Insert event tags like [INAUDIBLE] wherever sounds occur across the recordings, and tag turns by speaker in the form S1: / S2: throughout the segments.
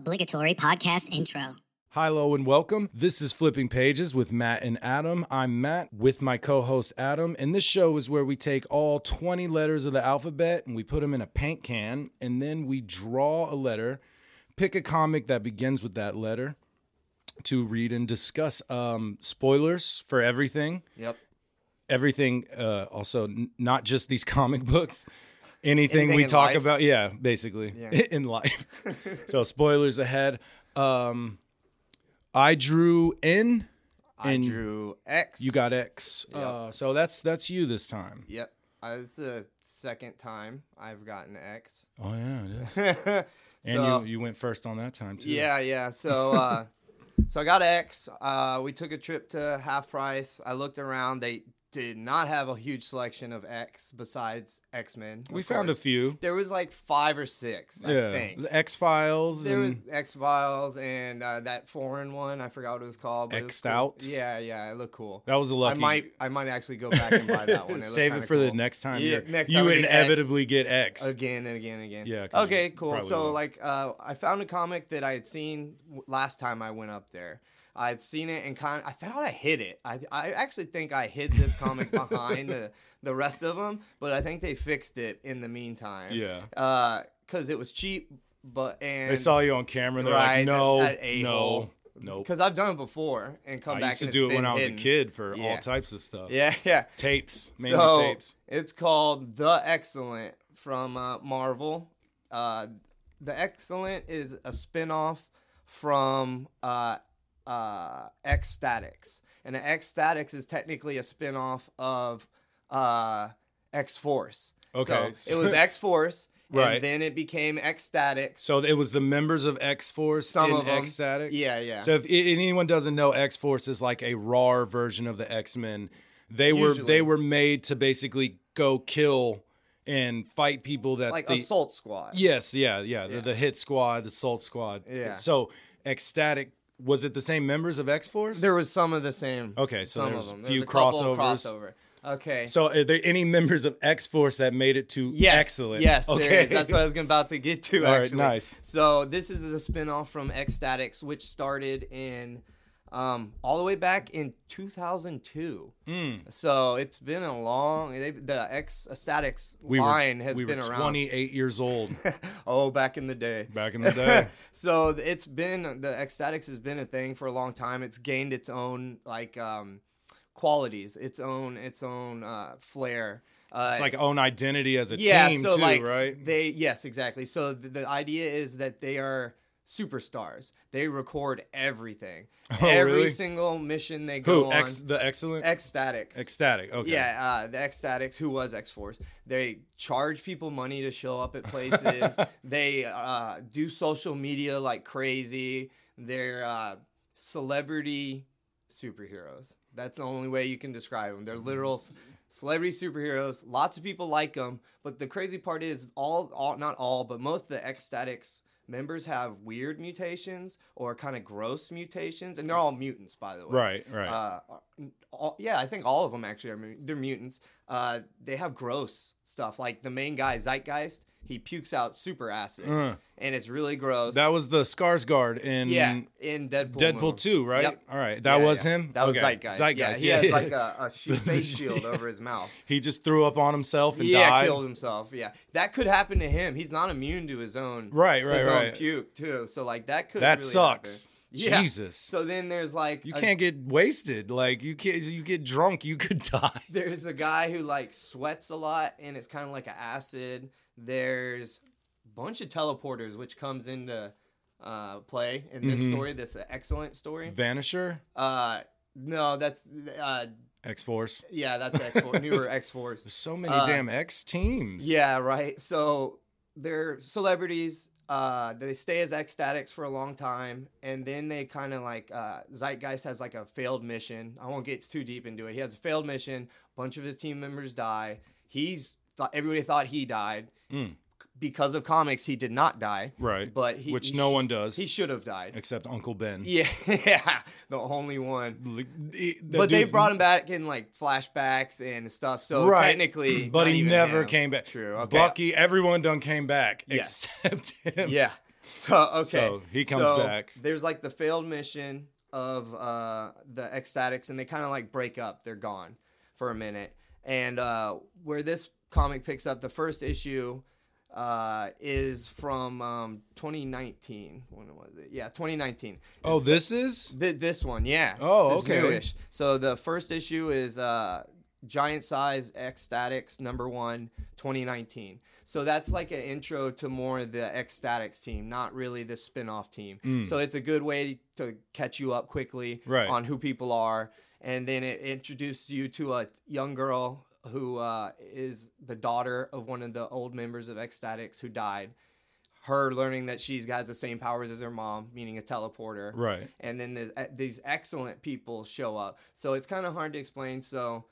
S1: Obligatory podcast intro.
S2: Hi, low, and welcome. This is Flipping Pages with Matt and Adam. I'm Matt with my co host Adam, and this show is where we take all 20 letters of the alphabet and we put them in a paint can, and then we draw a letter, pick a comic that begins with that letter to read and discuss um, spoilers for everything.
S3: Yep.
S2: Everything, uh, also, n- not just these [LAUGHS] comic books. Anything,
S3: Anything
S2: we
S3: in
S2: talk
S3: life?
S2: about, yeah, basically, [LAUGHS] in life. so, spoilers ahead. Um, I drew N.
S3: I
S2: And
S3: drew X.
S2: You got X. Uh, so that's that's you this time.
S3: Yep. Uh, this is the second time I've gotten X. [LAUGHS]
S2: Oh yeah, it is.
S3: so,
S2: And you you went first on that time too.
S3: yeah,
S2: [LAUGHS]
S3: yeah. So, uh, so I got X. Uh, we took a trip to Half Price. I looked around. They did not have a huge selection of X besides X Men.
S2: we found a few.
S3: There was like five or six, I
S2: yeah,
S3: think.
S2: the X Files.
S3: There was
S2: and
S3: X Files and uh, that foreign one. I forgot what it was called. But it was
S2: X'd
S3: cool.
S2: out?
S3: Yeah, yeah. It looked cool.
S2: that was a
S3: I
S2: lucky. [LAUGHS]
S3: might, I might actually go back and buy that one. looked
S2: Save it
S3: kinda
S2: for the
S3: cool.
S2: next time.
S3: Yeah,
S2: you're-
S3: next time
S2: you
S3: we get X.
S2: inevitably get X.
S3: again and again and again.
S2: Yeah, 'cause
S3: Okay,
S2: you
S3: cool.
S2: probably
S3: So
S2: will.
S3: like, uh, I found a comic that I had seen w- last time I went up there. I'd seen it and kind of, I thought I hid it. I, I actually think I hid
S2: [LAUGHS]
S3: this comic behind the, the rest of them, but I think they fixed it in the meantime.
S2: Yeah.
S3: Because it was cheap, but, and.
S2: They saw you on camera. and They're
S3: Right,
S2: like, no,
S3: that a-hole.
S2: no, no.
S3: Because I've done it before and come
S2: I
S3: back.
S2: used to
S3: and
S2: do
S3: it's
S2: it when
S3: been
S2: I was
S3: hidden.
S2: a kid for all
S3: Yeah.
S2: types of stuff.
S3: Yeah, [LAUGHS] yeah.
S2: Tapes, mainly
S3: so
S2: tapes.
S3: it's called The Excellent from uh, Marvel. Uh, the Excellent is a spin-off from uh, uh, X-Statics. And the X-Statics is technically a spin-off of uh, X-Force.
S2: Okay,
S3: So it
S2: [LAUGHS]
S3: was X-Force,
S2: Right.
S3: and then it became X-Statics.
S2: So it was the members of X Force
S3: Some
S2: in
S3: of 'em.
S2: X Static.
S3: Yeah, yeah.
S2: So if i- anyone doesn't know, X Force is like a raw version of the X Men. They were
S3: Usually.
S2: they were made to basically go kill and fight people that
S3: like
S2: the,
S3: Assault Squad.
S2: Yes, yeah, yeah, The,
S3: Yeah.
S2: the hit squad, the assault squad.
S3: Yeah.
S2: So ecstatic was it the same members of X Force?
S3: There was some of the same.
S2: Okay, so
S3: some
S2: there's
S3: of them.
S2: a
S3: There's
S2: few
S3: a couple of
S2: crossovers.
S3: crossover. Okay.
S2: So are there any members of X Force that made it to
S3: Yes.
S2: excellent?
S3: Yes.
S2: Okay.
S3: There is. That's what I was gonna- about to get to.
S2: All right,
S3: actually.
S2: nice.
S3: So this is the spinoff from Ecstatics, which started in um, all the way back in 2002.
S2: Hmm.
S3: So it's been a long. They, the Ecstatics
S2: we were,
S3: line has
S2: we
S3: been
S2: were
S3: around.
S2: 28 years old
S3: [LAUGHS] Oh, back in the day.
S2: back in the day.
S3: so th- it's been the ecstatics has been a thing for a long time it's gained its own like um qualities its own its own uh flair uh,
S2: It's like own identity as a
S3: yeah
S2: team
S3: so
S2: too,
S3: like
S2: right?
S3: they yes exactly so the, the idea is that they are superstars they record
S2: [LAUGHS]
S3: everything every
S2: Oh, really?
S3: single mission they go
S2: Who?
S3: on
S2: Ex, the excellent?
S3: ecstatics
S2: Ecstatic. Okay.
S3: Yeah, uh, the Ecstatics, who was X Force, they charge people money to show up at places. they uh, do social media like crazy. They're uh, celebrity superheroes. That's the only way you can describe them. They're literal c- celebrity superheroes. Lots of people like them, but the crazy part is all, all not all, but most of the Ecstatics members have weird mutations or kind of gross mutations, and they're all mutants, by the way
S2: Right. Right.
S3: uh, all, yeah, I think all of them actually are mu- they're mutants. Uh, they have gross stuff like the main guy Zeitgeist. He pukes out super acid,
S2: Uh.
S3: and it's really gross.
S2: that was the Skarsgård in
S3: yeah, in Deadpool.
S2: Deadpool
S3: movie.
S2: Two, right?
S3: Yep.
S2: All right. That
S3: Yeah,
S2: was
S3: yeah.
S2: him.
S3: That was
S2: Okay.
S3: Zeitgeist. Yeah,
S2: Zeitgeist.
S3: he
S2: Yeah.
S3: had like a,
S2: [LAUGHS]
S3: a sh- face shield
S2: Yeah.
S3: over
S2: [LAUGHS]
S3: his mouth.
S2: He just threw up on himself and
S3: yeah,
S2: died.
S3: killed himself. Yeah, that could happen to him. He's not immune to his own
S2: Right, right,
S3: his
S2: right.
S3: Own puke too. So like that could
S2: That
S3: really
S2: sucks.
S3: happen. Yeah.
S2: Jesus.
S3: So then there's like
S2: you
S3: a-
S2: can't get wasted. Like you can't. You get drunk, you could [LAUGHS] die.
S3: There's a guy who like sweats a lot and it's kind of like an acid. There's a bunch of teleporters which comes into uh, play in this
S2: Mhm.
S3: story. This excellent story.
S2: Vanisher.
S3: Uh, no, that's uh,
S2: X Force.
S3: yeah, that's X Force, newer X Force.
S2: There's so many
S3: Uh,
S2: damn X teams.
S3: Yeah, right. So they're celebrities. Uh, they stay as ecstatics for a long time, and then they kind of like uh, Zeitgeist has like a failed mission. I won't get too deep into it. He has a failed mission. A bunch of his team members die. He's thought everybody thought he died
S2: Mm.
S3: because of comics. He did not die,
S2: Right.
S3: but he
S2: Which
S3: he
S2: no
S3: sh-
S2: one does
S3: he should have died.
S2: except Uncle Ben.
S3: [LAUGHS] Yeah, yeah, the only one.
S2: Like, the- the
S3: but they
S2: dude-
S3: brought him back in like flashbacks and stuff. So
S2: Right. [CLEARS THROAT]
S3: technically,
S2: but
S3: not
S2: he
S3: even
S2: never
S3: him.
S2: came back.
S3: True. Okay.
S2: Bucky, everyone done came back
S3: Yeah.
S2: except [LAUGHS] him.
S3: yeah. So okay,
S2: So, he comes back.
S3: There's like the failed mission of uh, the ecstatics, and they kind of like break up. They're gone for a minute, and uh, where this comic picks up, the first issue uh, is from um, 2019. When was it? Yeah, 2019.
S2: Oh, this is
S3: Th- this one, yeah.
S2: Oh,
S3: This is
S2: okay.
S3: newish. So the first issue is uh, Giant Size Ecstatics number one, 2019. So that's like an intro to more of the Ecstatics team, not really the spin-off team.
S2: Mm.
S3: So it's a good way to catch you up quickly
S2: Mm-hmm. Right.
S3: on who people are. And then it introduces you to a young girl who uh, is the daughter of one of the old members of Ecstatics who died. Her learning that she has the same powers as her mom, meaning a teleporter
S2: right.
S3: and then there's, uh, these excellent people show up. So it's kind of hard to explain. So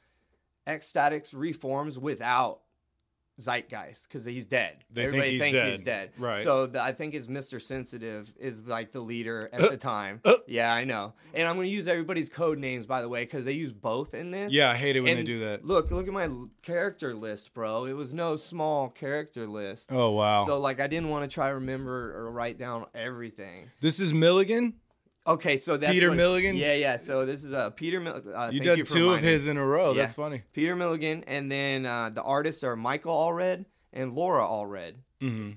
S3: Ecstatics reforms without Zeitgeist because he's dead.
S2: They think
S3: Everybody
S2: he's
S3: thinks
S2: dead.
S3: he's dead.
S2: Right.
S3: So the, I think it's Mr. Sensitive is like the leader
S2: Uh,
S3: at the time. yeah, I know. And I'm going to use everybody's code names, by the way, because they use both in this.
S2: Yeah, I hate it when they
S3: And
S2: do that.
S3: Look, look at my l- character list, bro. It was no small character list.
S2: Oh wow.
S3: So like I didn't want to try to remember or write down everything.
S2: this is Milligan.
S3: Okay, so that's
S2: Peter
S3: what-
S2: Milligan?
S3: Yeah, yeah. So this is uh, Peter. Mil- uh,
S2: You
S3: thank
S2: done
S3: you for
S2: two of
S3: reminding me.
S2: his in a row. That's
S3: Yeah.
S2: funny.
S3: Peter Milligan, and then uh, the artists are Michael Allred and Laura Allred.
S2: hmm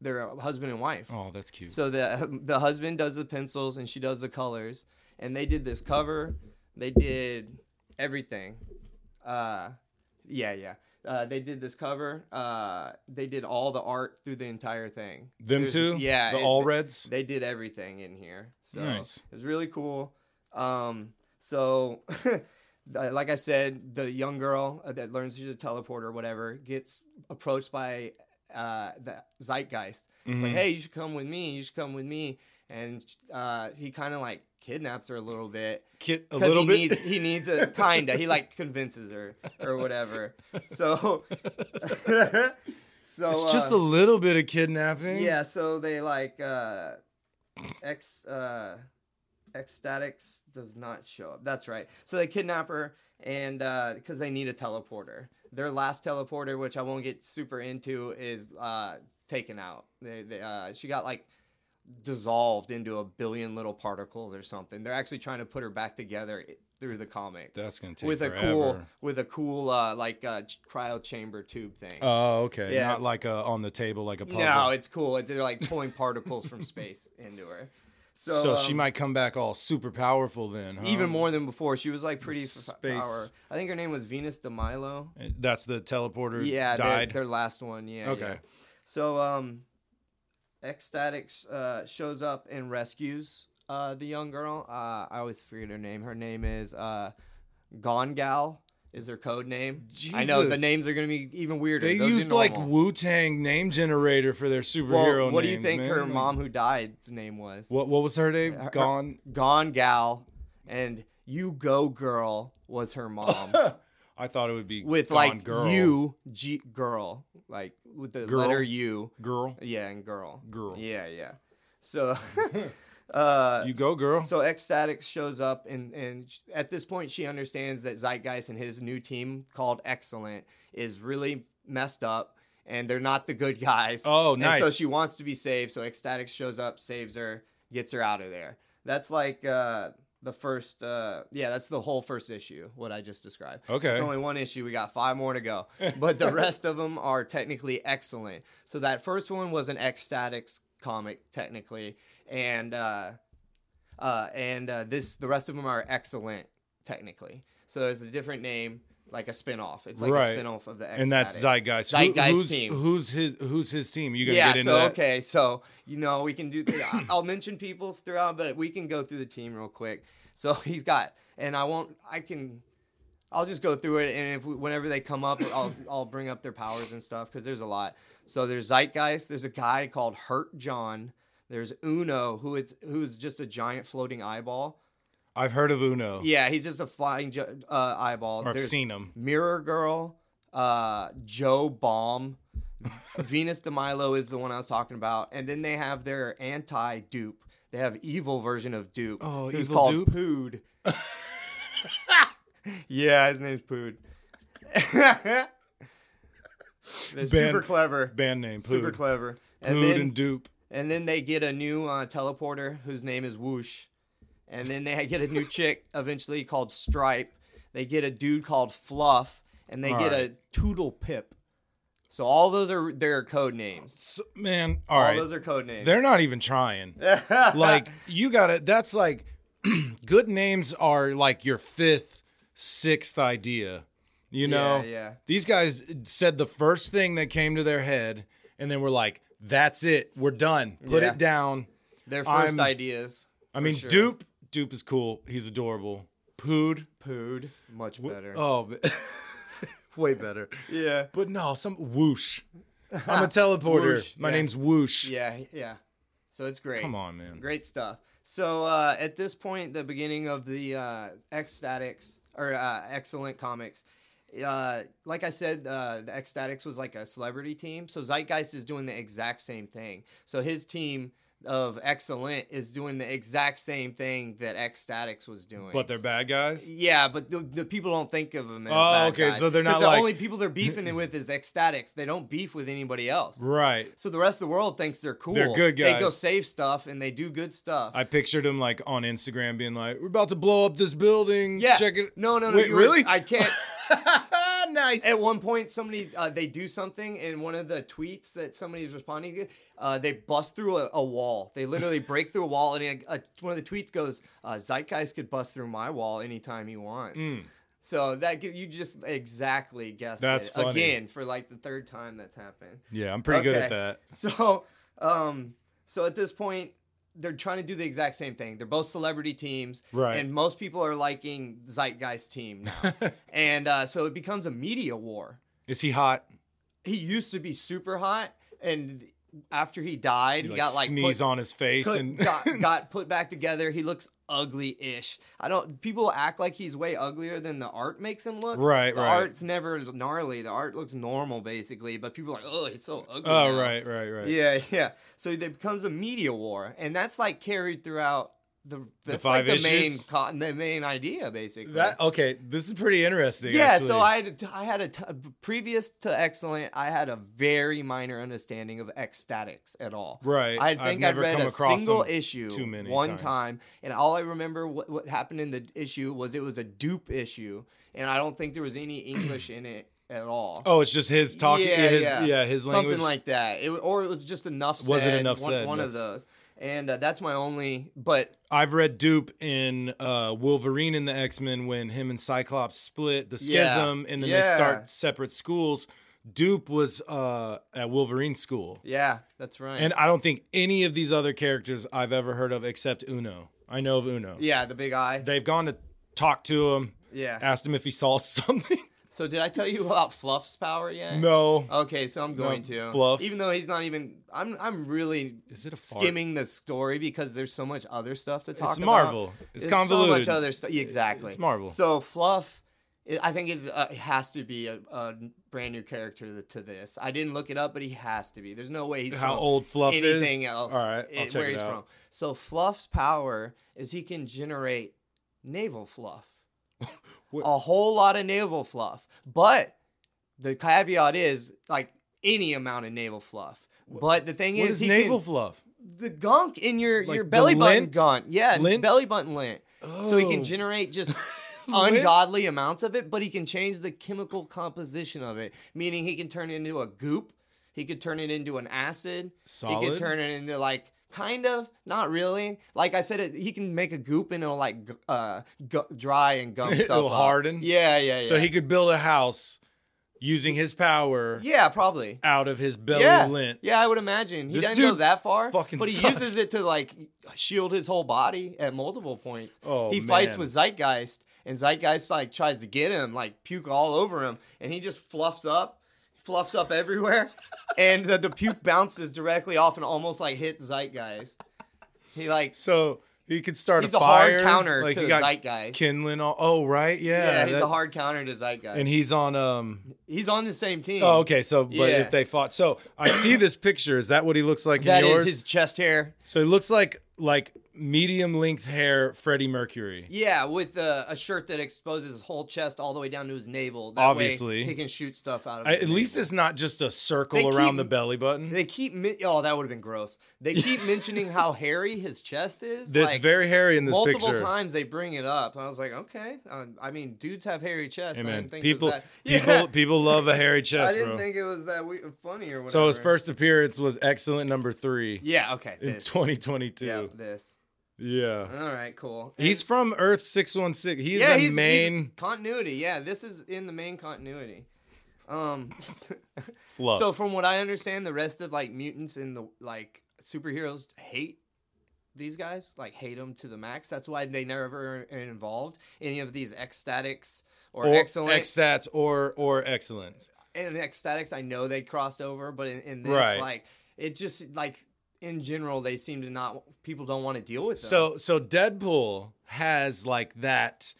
S3: They're a husband and wife.
S2: Oh, that's cute.
S3: So the [LAUGHS] the husband does the pencils and she does the colors, and they did this cover. They did everything. Uh, yeah, yeah. Uh, they did this cover. Uh, they did all the art through the entire thing.
S2: Them
S3: There's-
S2: two.
S3: Yeah.
S2: The
S3: it-
S2: All Reds.
S3: they did everything in here. So
S2: Nice.
S3: it was really cool. Um, so [LAUGHS] uh, like I said, the young girl uh, that learns she's a teleporter or whatever gets approached by uh, the zeitgeist. It's like,
S2: Mhm.
S3: hey, you should come with me. You should come with me. And uh, he kind of like kidnaps her a little bit.
S2: Kid, a
S3: 'Cause
S2: little
S3: he
S2: bit.
S3: Needs, he needs
S2: [LAUGHS]
S3: a kinda. he like convinces her or whatever. So,
S2: [LAUGHS]
S3: [LAUGHS] so
S2: it's just
S3: uh,
S2: a little bit of kidnapping.
S3: yeah, so they like uh ex uh ecstatics does not show up. That's right. So they kidnap her and uh because they need a teleporter. Their last teleporter, which I won't get super into, is uh taken out. They, they uh she got like dissolved into a billion little particles or something. They're actually trying to put her back together i- through the comic.
S2: That's gonna take
S3: with a
S2: forever.
S3: cool with a cool uh like uh ch- cryo chamber tube thing.
S2: Oh, okay.
S3: Yeah,
S2: Not
S3: it's-
S2: like a, on the table, like a puzzle.
S3: No, it's cool. They're like pulling particles
S2: [LAUGHS]
S3: from space into her. So,
S2: so she
S3: um,
S2: might come back all super powerful then. Huh?
S3: even more than before. She was like pretty
S2: Space.
S3: space. Power. I think her name was Venus de Milo.
S2: Eh, That's the teleporter.
S3: Yeah, their-
S2: died.
S3: Their, last one. Yeah.
S2: okay.
S3: yeah. So um, Ecstatics uh, shows up and rescues uh, the young girl. Uh, I always forget her name. Her name is uh, Gone Gal. Is her code name? I know the
S2: Jesus.
S3: names are gonna be even weirder.
S2: They
S3: Those are
S2: used like
S3: normal.
S2: Wu Tang name generator for their superhero.
S3: well, what do you
S2: names,
S3: think
S2: man.
S3: her
S2: Like,
S3: mom who died's name was?
S2: What what was her name?
S3: her-
S2: Gone.
S3: Gone Gal and You Go Girl was
S2: [LAUGHS]
S3: her mom
S2: I thought it would be
S3: with
S2: Gone
S3: like
S2: girl.
S3: you G girl like with the
S2: Girl?
S3: letter U.
S2: girl.
S3: Yeah, and girl.
S2: Girl.
S3: Yeah, yeah.
S2: [LAUGHS]
S3: So [LAUGHS] uh
S2: You go girl.
S3: so Ecstatics shows up, and and sh- at this point, she understands that Zeitgeist and his new team called Excellent is really messed up, and they're not the good guys.
S2: Oh,
S3: And so
S2: nice.
S3: she wants to be saved. So Ecstatics shows up, saves her, gets her out of there. That's like uh, the first. Uh, yeah, that's the whole first issue. What I just described.
S2: okay.
S3: It's only one issue. We got five more
S2: [LAUGHS]
S3: to go. But the rest of them are technically excellent. So that first one was an ecstatics comic, technically. And uh, uh, and uh, this the rest of them are excellent, technically. So it's a different name, like a spinoff. It's like
S2: Right.
S3: a spinoff of the ecstatics.
S2: and that's Zeitgeist. Who-
S3: Zeitgeist
S2: who's,
S3: team.
S2: Who's his? Who's his team? You gonna
S3: yeah,
S2: get into
S3: so
S2: that?
S3: okay, so you know we can do. I'll mention people's throughout, but we can go through the team real quick. So [LAUGHS] he's got, and I won't. I can. I'll just go through it, and if we, whenever they come up, I'll I'll bring up their powers and stuff because there's a lot. So there's Zeitgeist. There's a guy called Hurt John. There's Uno, who is who's just a giant floating eyeball.
S2: I've heard of Uno.
S3: Yeah, he's just a flying ju- uh, eyeball.
S2: Oh. or I've
S3: There's-
S2: seen him.
S3: Mirror Girl, uh, Joe Bomb, Venus de Milo is the one I was talking about, and then they have their anti dupe. They have evil version of dupe.
S2: Oh,
S3: who's
S2: evil
S3: called
S2: dupe?
S3: Pood. [LAUGHS] yeah, his name's Pood. [LAUGHS] They're super clever,
S2: Band name.
S3: super
S2: Pood.
S3: clever.
S2: Pood
S3: And then
S2: and Dupe.
S3: And then they get a new uh, teleporter whose name is Whoosh. And then they get
S2: [LAUGHS]
S3: a new chick eventually called Stripe. They get a dude called Fluff. And they
S2: All
S3: get
S2: right.
S3: a Toodle Pip. So all those are their code names.
S2: So, man, all
S3: all
S2: right.
S3: those are code names.
S2: They're not even trying.
S3: [LAUGHS]
S2: like you got to That's like [CLEARS THROAT] good names are like your fifth, sixth idea. You know,
S3: Yeah, yeah.
S2: These guys said the first thing that came to their head, and then we're like, "That's it. We're done. Put
S3: Yeah.
S2: it down."
S3: Their 1st
S2: I'm-
S3: ideas.
S2: I mean,
S3: sure.
S2: Dupe. Dupe is cool. He's adorable. Pood.
S3: Pood. Much better.
S2: Oh, but- [LAUGHS] way better.
S3: yeah.
S2: But no, some whoosh. I'm
S3: [LAUGHS]
S2: a teleporter.
S3: Whoosh,
S2: My
S3: yeah.
S2: name's Whoosh.
S3: Yeah. Yeah. So it's great.
S2: Come on, man.
S3: Great stuff. So uh, at this point, the beginning of the uh, Ecstatics or uh, Excellent Comics, uh, like I said, uh, the Ecstatics was like a celebrity team. So Zeitgeist is doing the exact same thing. So his team of Excellent is doing the exact same thing that Ecstatics was doing.
S2: But they're bad guys.
S3: yeah, but the, the people don't think of them. As
S2: Oh,
S3: bad
S2: okay,
S3: guys.
S2: so they're
S3: 'Cause
S2: not
S3: the
S2: like-
S3: only people they're beefing with is Ecstatics. They don't beef with anybody else.
S2: Right.
S3: So the rest of the world thinks they're cool.
S2: They're good
S3: They go
S2: guys.
S3: save stuff and they do good stuff.
S2: I pictured him like on Instagram being like, "We're about to blow up this building.
S3: yeah.
S2: Check it."
S3: No, no, no.
S2: Wait,
S3: you were-
S2: really?
S3: I can't.
S2: [LAUGHS] nice.
S3: At one point, somebody uh, they do something, and one of the tweets that somebody is responding to, uh, they bust through a, a wall.
S2: [LAUGHS]
S3: They literally break through a wall, and a, a, one of the tweets goes, uh, "Zeitgeist could bust through my wall anytime he wants."
S2: Hmm.
S3: So that gi- you just exactly guessed
S2: That's
S3: it
S2: funny.
S3: again for like the third time that's happened. [LAUGHS]
S2: yeah, I'm pretty good at
S3: Okay.
S2: that.
S3: So, um, so at this point, they're trying to do the exact same thing. They're both celebrity teams,
S2: Right.
S3: And most people are liking Zeitgeist team
S2: [LAUGHS]
S3: now, and uh, so it becomes a media war.
S2: Is he hot?
S3: He used to be super hot, and after he died, he,
S2: You,
S3: got like
S2: sneeze
S3: put,
S2: on his face
S3: put-
S2: and
S3: got, got put back together. He looks ugly-ish. I don't. People act like he's way uglier than the art makes him
S2: [LAUGHS]
S3: look.
S2: Right,
S3: The
S2: right.
S3: art's never gnarly. The art looks normal basically, but people are like, oh, he's so ugly.
S2: oh
S3: now."
S2: right, right, right.
S3: Yeah, [LAUGHS] yeah. So it becomes a media war, and that's like carried throughout the that's
S2: five
S3: like the main
S2: issues?
S3: co- the main idea basically.
S2: That okay. This is pretty interesting.
S3: yeah,
S2: actually.
S3: so I had a t- I had a t- previous to excellent, I had a very minor understanding of ecstatics at all.
S2: Right.
S3: I
S2: I've
S3: think I
S2: never
S3: read
S2: come
S3: a
S2: across
S3: single
S2: them
S3: issue
S2: too many
S3: one
S2: times.
S3: time, and all I remember what, what happened in the issue was it was a dupe issue, and I don't think there was any English in it at all.
S2: Oh, it's just his talking. Yeah, his, yeah. his language.
S3: Something like that. It, or it was just enough said.
S2: Wasn't enough
S3: one,
S2: said,
S3: One of those. And uh, that's my only. But
S2: I've read Dupe in uh, Wolverine in the X Men when him and Cyclops split the
S3: Yeah.
S2: schism, and then they
S3: Yeah.
S2: start separate schools. Dupe was uh, at Wolverine school,
S3: yeah, that's right.
S2: and I don't think any of these other characters I've ever heard of except Uno. I know of Uno.
S3: yeah, the big eye.
S2: They've gone to talk to him,
S3: yeah.
S2: asked him if he saw [LAUGHS] something.
S3: so did I tell you about Fluff's power yet?
S2: no.
S3: Okay, so I'm going to
S2: Fluff.
S3: Even though he's not even, I'm I'm really
S2: Is it a fart?
S3: skimming the story because there's so much other stuff to talk.
S2: It's
S3: about.
S2: Marvel. It's
S3: There's So
S2: convoluted.
S3: much other stuff. Exactly.
S2: it's Marvel.
S3: So Fluff, i- I think is uh, has to be a, a brand new character th- to this. I didn't look it up, but he has to be. There's no way he's
S2: How
S3: from
S2: old Fluff is?
S3: anything else.
S2: All right, I'll
S3: i-
S2: check
S3: where
S2: it
S3: he's
S2: out.
S3: from. So Fluff's power is he can generate naval fluff.
S2: [LAUGHS] What-
S3: A whole lot of naval fluff, but the caveat is like any amount of naval fluff. But the thing
S2: What
S3: is,
S2: is
S3: he
S2: navel
S3: can,
S2: fluff?
S3: the gunk in your
S2: Like
S3: your
S2: the
S3: belly button
S2: lint?
S3: gunk. Yeah,
S2: Lint?
S3: belly button lint. So he
S2: Oh.
S3: can generate just
S2: [LAUGHS] Lint?
S3: ungodly amounts of it, but he can change the chemical composition of it, meaning he can turn it into a goop. He could turn it into an acid. He
S2: Solid?
S3: could turn it into like kind of not really. Like I said, it, he can make a goop and it'll like g- uh, gu- dry and gum
S2: [LAUGHS]
S3: stuff.
S2: It'll
S3: up.
S2: harden?
S3: Yeah, yeah, yeah.
S2: So he could build a house using his power
S3: yeah, probably.
S2: out of his belly
S3: yeah,
S2: lint.
S3: Yeah, I would imagine. He
S2: This
S3: doesn't go
S2: dude
S3: that far.
S2: fucking
S3: but he
S2: sucks.
S3: uses it to like shield his whole body at multiple points.
S2: Oh,
S3: he fights
S2: man.
S3: with Zeitgeist, and Zeitgeist like tries to get him, like puke all over him, and he just fluffs up, fluffs up everywhere, [LAUGHS] and the, the puke bounces directly off and almost like hits Zeitgeist. He like
S2: So he could start
S3: He's
S2: a
S3: a hard
S2: fire.
S3: counter
S2: like
S3: to
S2: he
S3: the
S2: got
S3: zeitgeist.
S2: Kindling all. Oh right, yeah.
S3: yeah, he's
S2: that-
S3: a hard counter to Zeitgeist.
S2: And he's on. Um.
S3: he's on the same team.
S2: Oh, okay. So, but
S3: Yeah.
S2: if they fought,
S3: [COUGHS]
S2: so I see this picture. Is that what he looks like
S3: That
S2: in
S3: is
S2: yours?
S3: his chest hair.
S2: so he looks like like medium length hair Freddie Mercury.
S3: Yeah, with a, a shirt that exposes his whole chest all the way down to his navel. That way
S2: Obviously.
S3: he can shoot stuff out of.
S2: I,
S3: his
S2: at least
S3: navel.
S2: it's not just a circle
S3: They
S2: around
S3: keep-
S2: the belly button.
S3: they keep. min- Oh, that would have been gross.
S2: [LAUGHS]
S3: They keep mentioning how hairy his chest is.
S2: That's
S3: like,
S2: very hairy in this
S3: multiple
S2: picture.
S3: times they bring it up. I was like, okay. Um, I mean, dudes have hairy chests.
S2: Hey,
S3: I
S2: man,
S3: didn't think
S2: people,
S3: it was that. [LAUGHS]
S2: people,
S3: Yeah.
S2: people love a hairy chest,
S3: I didn't
S2: bro.
S3: think it was that we- funny or whatever.
S2: so his first appearance was excellent number three
S3: Yeah. Okay.
S2: in
S3: This.
S2: 2022.
S3: Yeah. This.
S2: Yeah.
S3: All right. Cool.
S2: He's
S3: And-
S2: from Earth 616. He's
S3: yeah.
S2: a
S3: he's
S2: main
S3: he's- continuity. Yeah. This is in the main continuity. Um. [LAUGHS]
S2: fluff.
S3: So from what I understand, the rest of like mutants and the like superheroes hate these guys, like hate them to the max. That's why they never are involved any of these ecstatics or, excellent.
S2: Exstats or or excellence.
S3: and ecstatics, I know they crossed over, but in, in this,
S2: Right.
S3: like it just like in general, they seem to not people don't want to deal with them.
S2: So so Deadpool has like that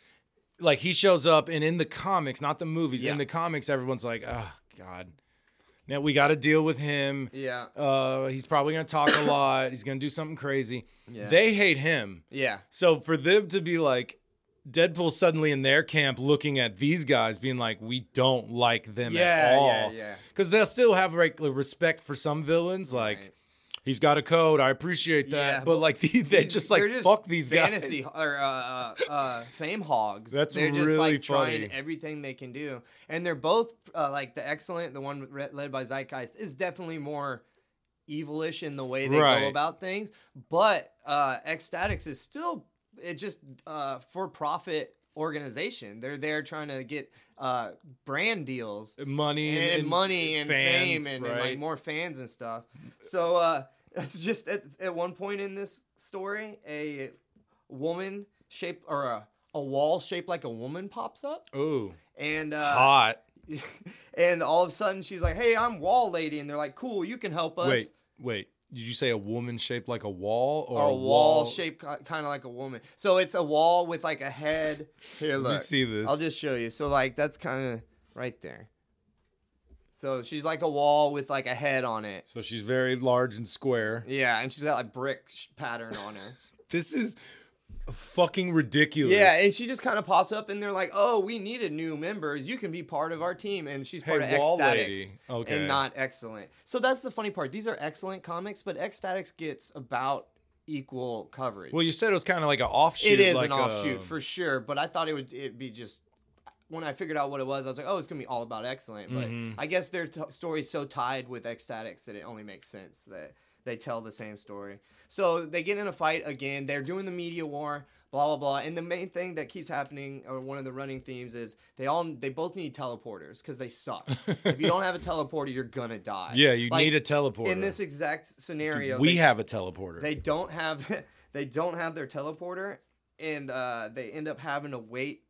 S2: like he shows up and in the comics, not the movies.
S3: Yeah.
S2: In the comics everyone's like, "Oh god. Now we got to deal with him.
S3: yeah,
S2: Uh he's probably going to talk
S3: [COUGHS]
S2: a lot. He's going to do something crazy."
S3: Yeah.
S2: They hate him.
S3: yeah,
S2: So for them to be like Deadpool suddenly in their camp looking at these guys being like, "We don't like them
S3: yeah,
S2: at all."
S3: yeah, yeah.
S2: Cuz they'll still have like respect for some villains like
S3: Right.
S2: He's got a code. I appreciate that,
S3: Yeah,
S2: but,
S3: but
S2: like [LAUGHS] they, they
S3: These-
S2: just like
S3: they're
S2: fuck these
S3: fantasy
S2: guys.
S3: or uh, uh, uh, fame hogs.
S2: That's
S3: they're just
S2: really
S3: like trying
S2: funny.
S3: everything they can do, and they're both uh, like the excellent, the one re- led by Zeitgeist is definitely more evilish in the way they
S2: Right.
S3: go about things, but uh, Ecstatics is still it just uh, for profit organization. They're there trying to get uh, brand deals
S2: Money
S3: and,
S2: and,
S3: money and
S2: fans,
S3: fame and,
S2: right?
S3: and like more fans and stuff. So uh, [LAUGHS] it's just at, at one point in this story, a woman shaped or a, a wall shaped like a woman pops up,
S2: Ooh,
S3: and uh,
S2: hot.
S3: [LAUGHS] and all of a sudden she's like, "Hey, I'm Wall Lady," and they're like, "Cool, you can help us."
S2: Wait, wait. Did you say a woman shaped like a wall or,
S3: Or a wall,
S2: shaped?
S3: shaped kind of like a woman. So it's a wall with like a head. Here,
S2: Let me
S3: look.
S2: see this.
S3: I'll just show you. So like that's kind of right there. So she's like a wall with like a head on it.
S2: So she's very large and square.
S3: Yeah, and she's got like brick sh- pattern
S2: [LAUGHS]
S3: on her.
S2: This is fucking ridiculous.
S3: yeah, and she just kind of pops up, and they're like, "Oh, we needed new members. You can be part of our team." And she's part
S2: Hey,
S3: of
S2: Wall
S3: Ecstatics
S2: Lady. Okay.
S3: and not Excellent. So that's the funny part. These are excellent comics, but Ecstatics gets about equal coverage.
S2: well, you said it was kind of like an offshoot.
S3: it is
S2: like uh, um,
S3: an offshoot
S2: a-
S3: for sure, but I thought it would it be just. When I figured out what it was, I was like, "Oh, it's gonna be all about Excellent." But
S2: Mm-hmm.
S3: I guess their t- story's so tied with Ecstatics that it only makes sense that they tell the same story. So they get in a fight again. They're doing the media war, blah blah blah. And the main thing that keeps happening, or one of the running themes, is they all they both need teleporters because
S2: [LAUGHS]
S3: they suck. if you don't have a teleporter, you're gonna die.
S2: Yeah, you
S3: Like,
S2: need a teleporter.
S3: in this exact scenario.
S2: we
S3: they-
S2: have a teleporter.
S3: they don't have [LAUGHS] they don't have their teleporter and uh, they end up having to wait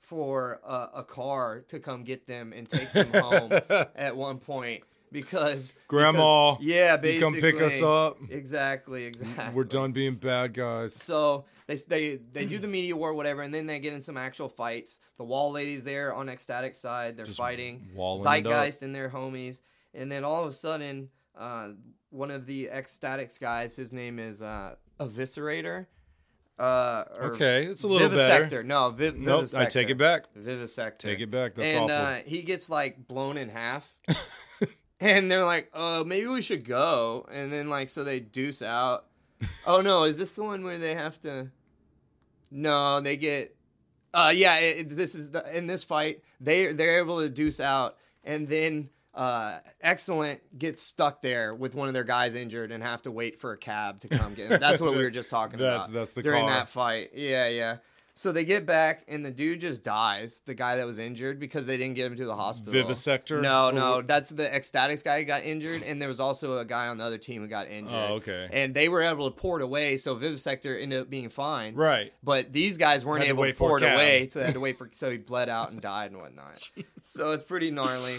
S3: for a, a car to come get them and take
S2: [LAUGHS]
S3: them home at one point because
S2: Grandma,
S3: because- yeah
S2: you come
S3: basically
S2: pick us up.
S3: exactly exactly
S2: We're done being bad guys.
S3: so they they they do the media war whatever and then they get in some actual fights the wall ladies there on ecstatic side they're fighting
S2: walling it up.
S3: zeitgeist and their homies and then all of a sudden uh, one of the ecstatics guys his name is uh, eviscerator uh, or
S2: Okay, it's a little
S3: vivisector.
S2: better.
S3: no viv-
S2: Nope, I take
S3: vivisector.
S2: it back.
S3: vivisector
S2: Take it back. That's
S3: and
S2: awful.
S3: uh, he gets like blown
S2: [LAUGHS]
S3: in half. and they're like, "Uh, maybe we should go." And then like, so they deuce
S2: [LAUGHS]
S3: out. oh no, is this the one where they have to? No, they get. Uh, yeah, it, it- this is the, in this fight they they're able to deuce out, and then uh, excellent gets stuck there with one of their guys injured and have to wait for a cab to come get him. That's what we were just
S2: [LAUGHS]
S3: talking
S2: That's-
S3: about.
S2: that's the
S3: during
S2: car.
S3: that fight. Yeah, yeah. So they get back, and the dude just dies. The guy that was injured because they didn't get him to the hospital.
S2: Vivisector?
S3: No,
S2: Or
S3: no,
S2: what-
S3: that's the ecstatics guy who got injured, and there was also a guy on the other team who got injured.
S2: Oh, okay.
S3: And they were able to port away, so Vivisector ended up being fine.
S2: Right.
S3: But these guys weren't
S2: Had to
S3: able to
S2: wait for
S3: pour it
S2: cab. [LAUGHS]
S3: away, so they had to wait for. So he bled out and died and whatnot. so it's pretty gnarly.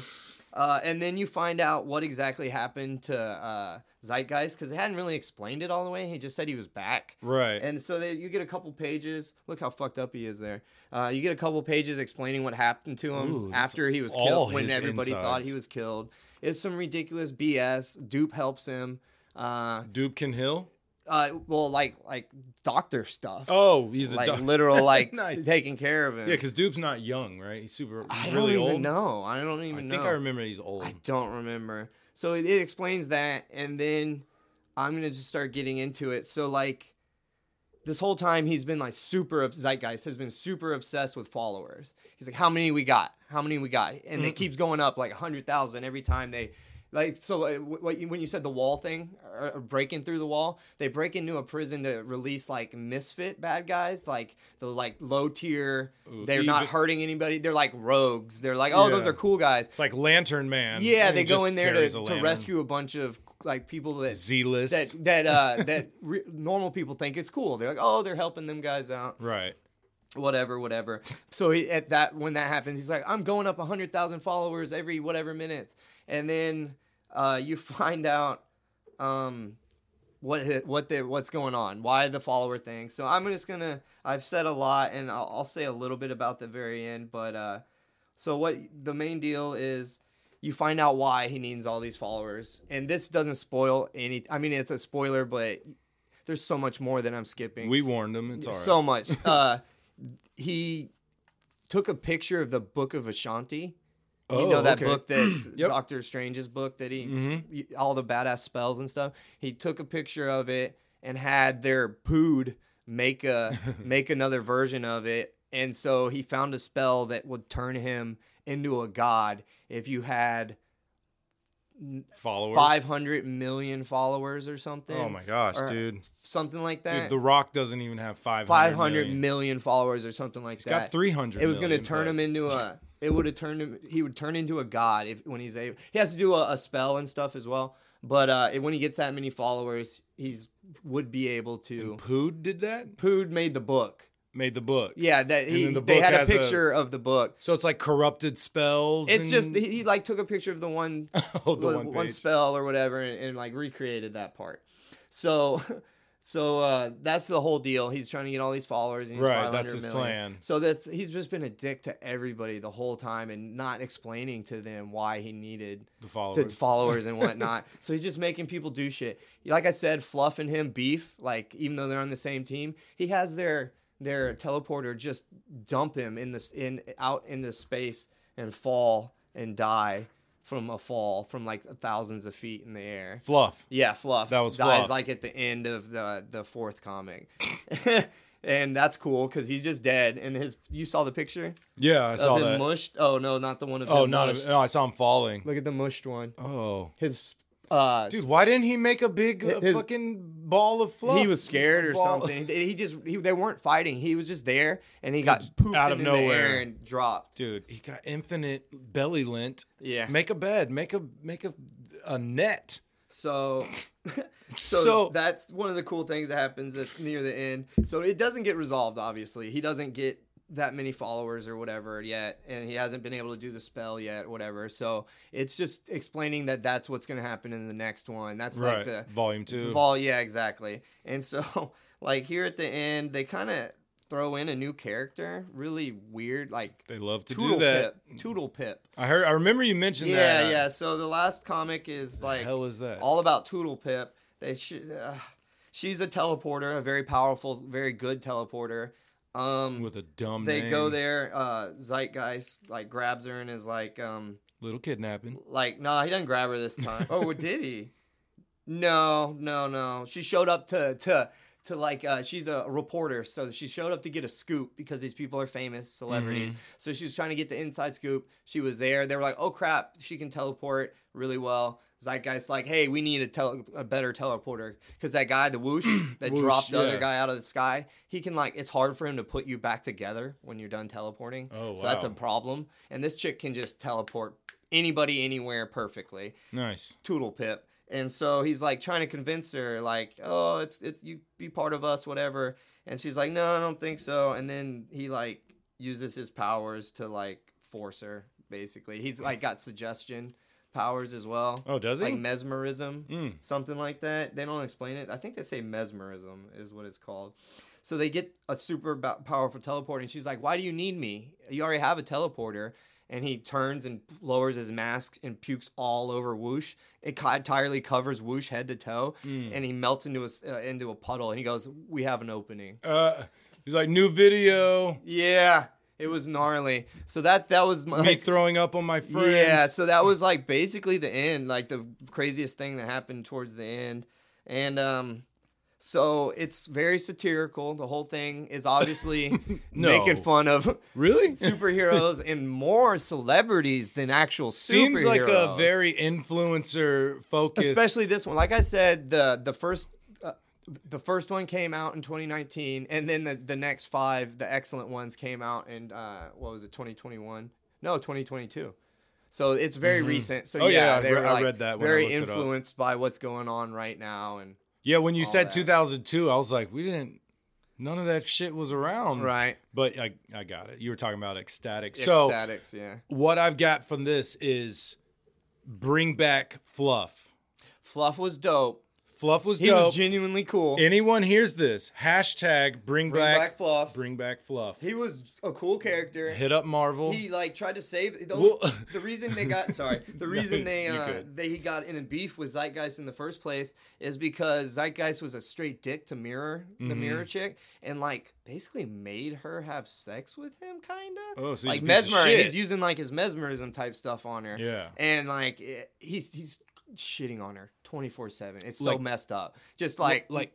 S3: Uh, and then you find out what exactly happened to uh, Zeitgeist because they hadn't really explained it all the way. He just said he was back.
S2: Right.
S3: And so they, you get a couple pages. Look how fucked up he is there. Uh, you get a couple pages explaining what happened to him
S2: Ooh, that's
S3: after he was
S2: all
S3: killed, when
S2: his
S3: everybody thought he
S2: insides.
S3: was killed. It's some ridiculous BS. Dupe helps him. Uh,
S2: Dupe can Hill.
S3: Uh, well, like like doctor stuff.
S2: Oh, he's a
S3: like
S2: duck. [LAUGHS]
S3: literal like
S2: Nice.
S3: taking care of him.
S2: yeah, because Dupe's not young, right? He's super, he's
S3: I don't
S2: really
S3: even
S2: old.
S3: know. I don't
S2: I
S3: even
S2: think
S3: know.
S2: I remember he's old.
S3: I don't remember. So it, it explains that, and then I'm gonna just start getting into it. So like, this whole time he's been like super ob- zeitgeist has been super obsessed with followers. He's like, how many we got? How many we got? And
S2: Mm.
S3: it keeps going up like hundred thousand every time they. Like so, uh, wh- what you, when you said the wall thing, or or breaking through the wall, they break into a prison to release like misfit bad guys, like the like low tier.
S2: Ooh,
S3: They're not
S2: even-
S3: hurting anybody. They're like rogues. They're like, oh, those
S2: Yeah.
S3: are cool guys.
S2: it's like Lantern Man.
S3: Yeah,
S2: and he
S3: they go
S2: just
S3: in there to,
S2: carries a
S3: to
S2: lantern.
S3: rescue a bunch of like people that that
S2: Z-list.
S3: that uh,
S2: [LAUGHS]
S3: that re- normal people think it's cool. They're like, oh, they're helping them guys out,
S2: Right.
S3: whatever, whatever. So he, at that when that happens, he's like, I'm going up hundred thousand followers every whatever minutes, and then uh, you [LAUGHS] find out um, what hi- what the what's going on, why the follower thing. So I'm just gonna I've said a lot, and I'll, I'll say a little bit about the very end, but uh, so what the main deal is. You find out why he needs all these followers, and this doesn't spoil any. I mean, it's a spoiler, but there's so much more that I'm skipping
S2: We warned him. It's all right.
S3: so much. [LAUGHS] Uh, he took a picture of the Book of Ashanti. You
S2: Oh,
S3: know that
S2: okay. [CLEARS THROAT]
S3: book that's
S2: Yep.
S3: Doctor Strange's book that he
S2: Mhm.
S3: y- all the badass spells and stuff. He took a picture of it and had their pood make a
S2: [LAUGHS]
S3: make another version of it. And so he found a spell that would turn him into a god if you had
S2: Followers.
S3: 500 million followers or something.
S2: Oh my gosh,
S3: or
S2: dude.
S3: Something like that.
S2: Dude, The Rock doesn't even have 500
S3: 500 million.
S2: million.
S3: followers or something like
S2: He's
S3: that.
S2: got 300
S3: It was going to
S2: million,
S3: turn
S2: but-
S3: him into
S2: [LAUGHS]
S3: a. It would have turned him. He would turn into a god if when he's able. He has to do a, a spell and stuff as well. But uh, it- when he gets that many followers, he's would be able to.
S2: Pood did that?
S3: Pood made the book.
S2: Made the book.
S3: Yeah, that
S2: And
S3: he.
S2: then the
S3: they
S2: book
S3: had a
S2: has a-
S3: picture of the book.
S2: So it's like corrupted spells.
S3: It's just
S2: and- [LAUGHS]
S3: he, he like took a picture of the one
S2: oh, the
S3: one-
S2: one,
S3: one
S2: page.
S3: spell or whatever and, and like recreated that part. So [LAUGHS] so uh that's the whole deal. He's trying to get all these followers and he's
S2: Right, that's
S3: 500
S2: his
S3: million.
S2: plan.
S3: So that's he's just been a dick to everybody the whole time and not explaining to them why he needed
S2: The
S3: to
S2: followers.
S3: followers and whatnot. so he's just making people do shit. Like I said, Fluff and him beef. Like even though they're on the same team, he has their their teleporter just dump him in this in out into space and fall and die from a fall from like thousands of feet in the air.
S2: Fluff.
S3: Yeah, Fluff.
S2: That was
S3: dies
S2: Fluff.
S3: like at the end of the the fourth comic. [LAUGHS] And that's cool because he's just dead. And his, you saw the picture
S2: Yeah, I saw
S3: of him
S2: that.
S3: mushed. Oh no, not the one of
S2: oh,
S3: him
S2: no,
S3: mushed.
S2: no, I saw him falling.
S3: Look at the mushed one.
S2: Oh.
S3: His uh,
S2: Dude, why didn't he make a big uh,
S3: His-
S2: fucking ball of fluff?
S3: He was scared or
S2: Ball- [LAUGHS]
S3: something. He he just he, they weren't fighting. He was just there, and he got poofed
S2: out
S3: out
S2: of
S3: of nowhere
S2: nowhere.
S3: and dropped.
S2: Dude, he got infinite belly lint.
S3: Yeah.
S2: Make a bed. Make a make a a net.
S3: So, so,
S2: So-
S3: that's one of the cool things that happens at, near the end. So it doesn't get resolved. Obviously, he doesn't get that many followers or whatever yet, and he hasn't been able to do the spell yet, whatever. So it's just explaining that that's what's going to happen in the next one. That's like
S2: Right.
S3: the
S2: Volume two.
S3: Vol, yeah, exactly. And so, [LAUGHS] like here at the end, they kind of throw in a new character, really weird, like
S2: they love to
S3: Toodle
S2: do that.
S3: Pip. Toodle Pip.
S2: I heard. I remember you mentioned
S3: Yeah,
S2: that. uh,
S3: yeah. So the last comic is like
S2: hell is that?
S3: all about Toodle Pip. They sh- uh, she's a teleporter, a very powerful, very good teleporter. Um,
S2: With a dumb.
S3: they
S2: name.
S3: go there. Uh, Zeitgeist like grabs her and is like, um,
S2: Little kidnapping.
S3: like, nah, he didn't grab
S2: [LAUGHS]
S3: her this time. oh, well, did he? No, no, no. She showed up to to to like uh, she's a reporter, so she showed up to get a scoop because these people are famous celebrities.
S2: Mm-hmm.
S3: So she was trying to get the inside scoop. She was there. They were like, "Oh crap, she can teleport really well." Zeitgeist like, "Hey, we need a tele- a better teleporter because that guy,
S2: [CLEARS THROAT]
S3: the whoosh that
S2: Whoosh,
S3: dropped the
S2: yeah.
S3: other guy out of the sky, he can like it's hard for him to put you back together when you're done teleporting.
S2: Oh,
S3: so that's a
S2: wow.
S3: problem. And this chick can just teleport anybody anywhere perfectly.
S2: Nice.
S3: Toodle Pip. And so he's like trying to convince her, like, oh, it's it's you be part of us, whatever. And she's like, no, I don't think so. And then he like uses his powers to like force her. Basically, he's like got suggestion powers as well.
S2: Oh, does he?
S3: Like mesmerism,
S2: Mm.
S3: something like that. They don't explain it. I think they say mesmerism is what it's called. So they get a super bo- powerful teleporter, and she's like, "Why do you need me? You already have a teleporter." and he turns and lowers his mask and pukes all over Whoosh. It co- entirely covers Whoosh head to toe, and he melts into a s- uh, into a puddle. And he goes, "We have an opening."
S2: Uh, he's like, new video.
S3: Yeah, it was gnarly. So that that was my.
S2: Me throwing up on my friends.
S3: Yeah, so that was like basically the end, like the craziest thing that happened towards the end. And um so it's very satirical. The whole thing is obviously
S2: [LAUGHS] No.
S3: making fun
S2: [LAUGHS]
S3: of
S2: Really?
S3: superheroes and more celebrities than actual
S2: Seems like a
S3: superheroes.
S2: very influencer focused.
S3: especially this one. Like I said, the the first uh, the first one came out in 2019, and then the, the next five, the excellent ones, came out in uh, what was it, 2021? No, 2022. So it's very recent. So
S2: Oh, yeah,
S3: yeah,
S2: I
S3: they
S2: re-
S3: were
S2: I
S3: like
S2: read that when I
S3: very
S2: looked it up.
S3: influenced by what's going on right now, and
S2: Yeah, when you
S3: all
S2: said
S3: that.
S2: 2002, I was like, we didn't. None of that shit was around.
S3: right
S2: But I, I got it. You were talking about ecstatic. So
S3: ecstatics. Yeah,
S2: what I've got from this is bring back fluff.
S3: Fluff was dope.
S2: Fluff was
S3: He
S2: dope.
S3: was genuinely cool.
S2: Anyone hears this? Hashtag bring,
S3: Bring
S2: back,
S3: back Fluff.
S2: bring back fluff.
S3: He was a cool character.
S2: Hit up Marvel.
S3: he like tried to save the,
S2: Well-
S3: [LAUGHS] the reason they
S2: [LAUGHS]
S3: got sorry the reason they
S2: you're
S3: uh,
S2: good.
S3: they he got in a beef with zeitgeist in the first place is because zeitgeist was a straight dick to mirror the
S2: Mm-hmm.
S3: mirror chick and like basically made her have sex with him kind of
S2: Oh, so he's
S3: like
S2: a piece of
S3: mesmer
S2: shit.
S3: he's using like his mesmerism type stuff on her
S2: Yeah.
S3: and like it, he's he's shitting on her 24-7 it's so
S2: Like-
S3: messed up just like
S2: like-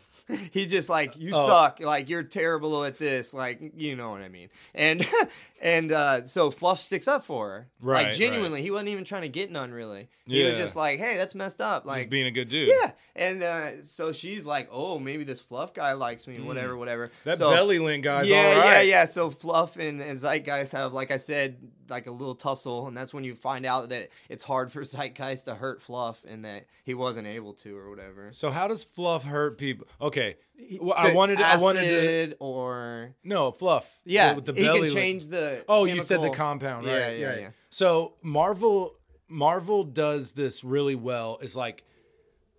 S3: [LAUGHS] he just like you
S2: Oh.
S3: suck like you're terrible at this like you know what i mean and [LAUGHS] and uh so fluff sticks up for her
S2: Right,
S3: like genuinely he wasn't even trying to get none really he
S2: Yeah.
S3: was just like hey that's messed up
S2: He's
S3: like
S2: being a good dude.
S3: yeah and uh so she's like oh maybe this fluff guy likes me whatever whatever
S2: Mm. That
S3: so,
S2: belly link guy's
S3: yeah,
S2: all right.
S3: yeah, yeah. So Fluff and, and Zeitgeist have, like I said, like a little tussle, and that's when you find out that it's hard for [LAUGHS] Zeitgeist to hurt Fluff and that he wasn't able to or whatever.
S2: So how does fluff hurt people? Okay, well, I
S3: The
S2: wanted, I wanted to.
S3: acid or
S2: No, fluff.
S3: yeah,
S2: with
S3: he can
S2: link.
S3: change the.
S2: Oh, you said the
S3: chemical-
S2: compound, right?
S3: Yeah, yeah,
S2: right.
S3: yeah.
S2: So Marvel, Marvel does this really well. It's like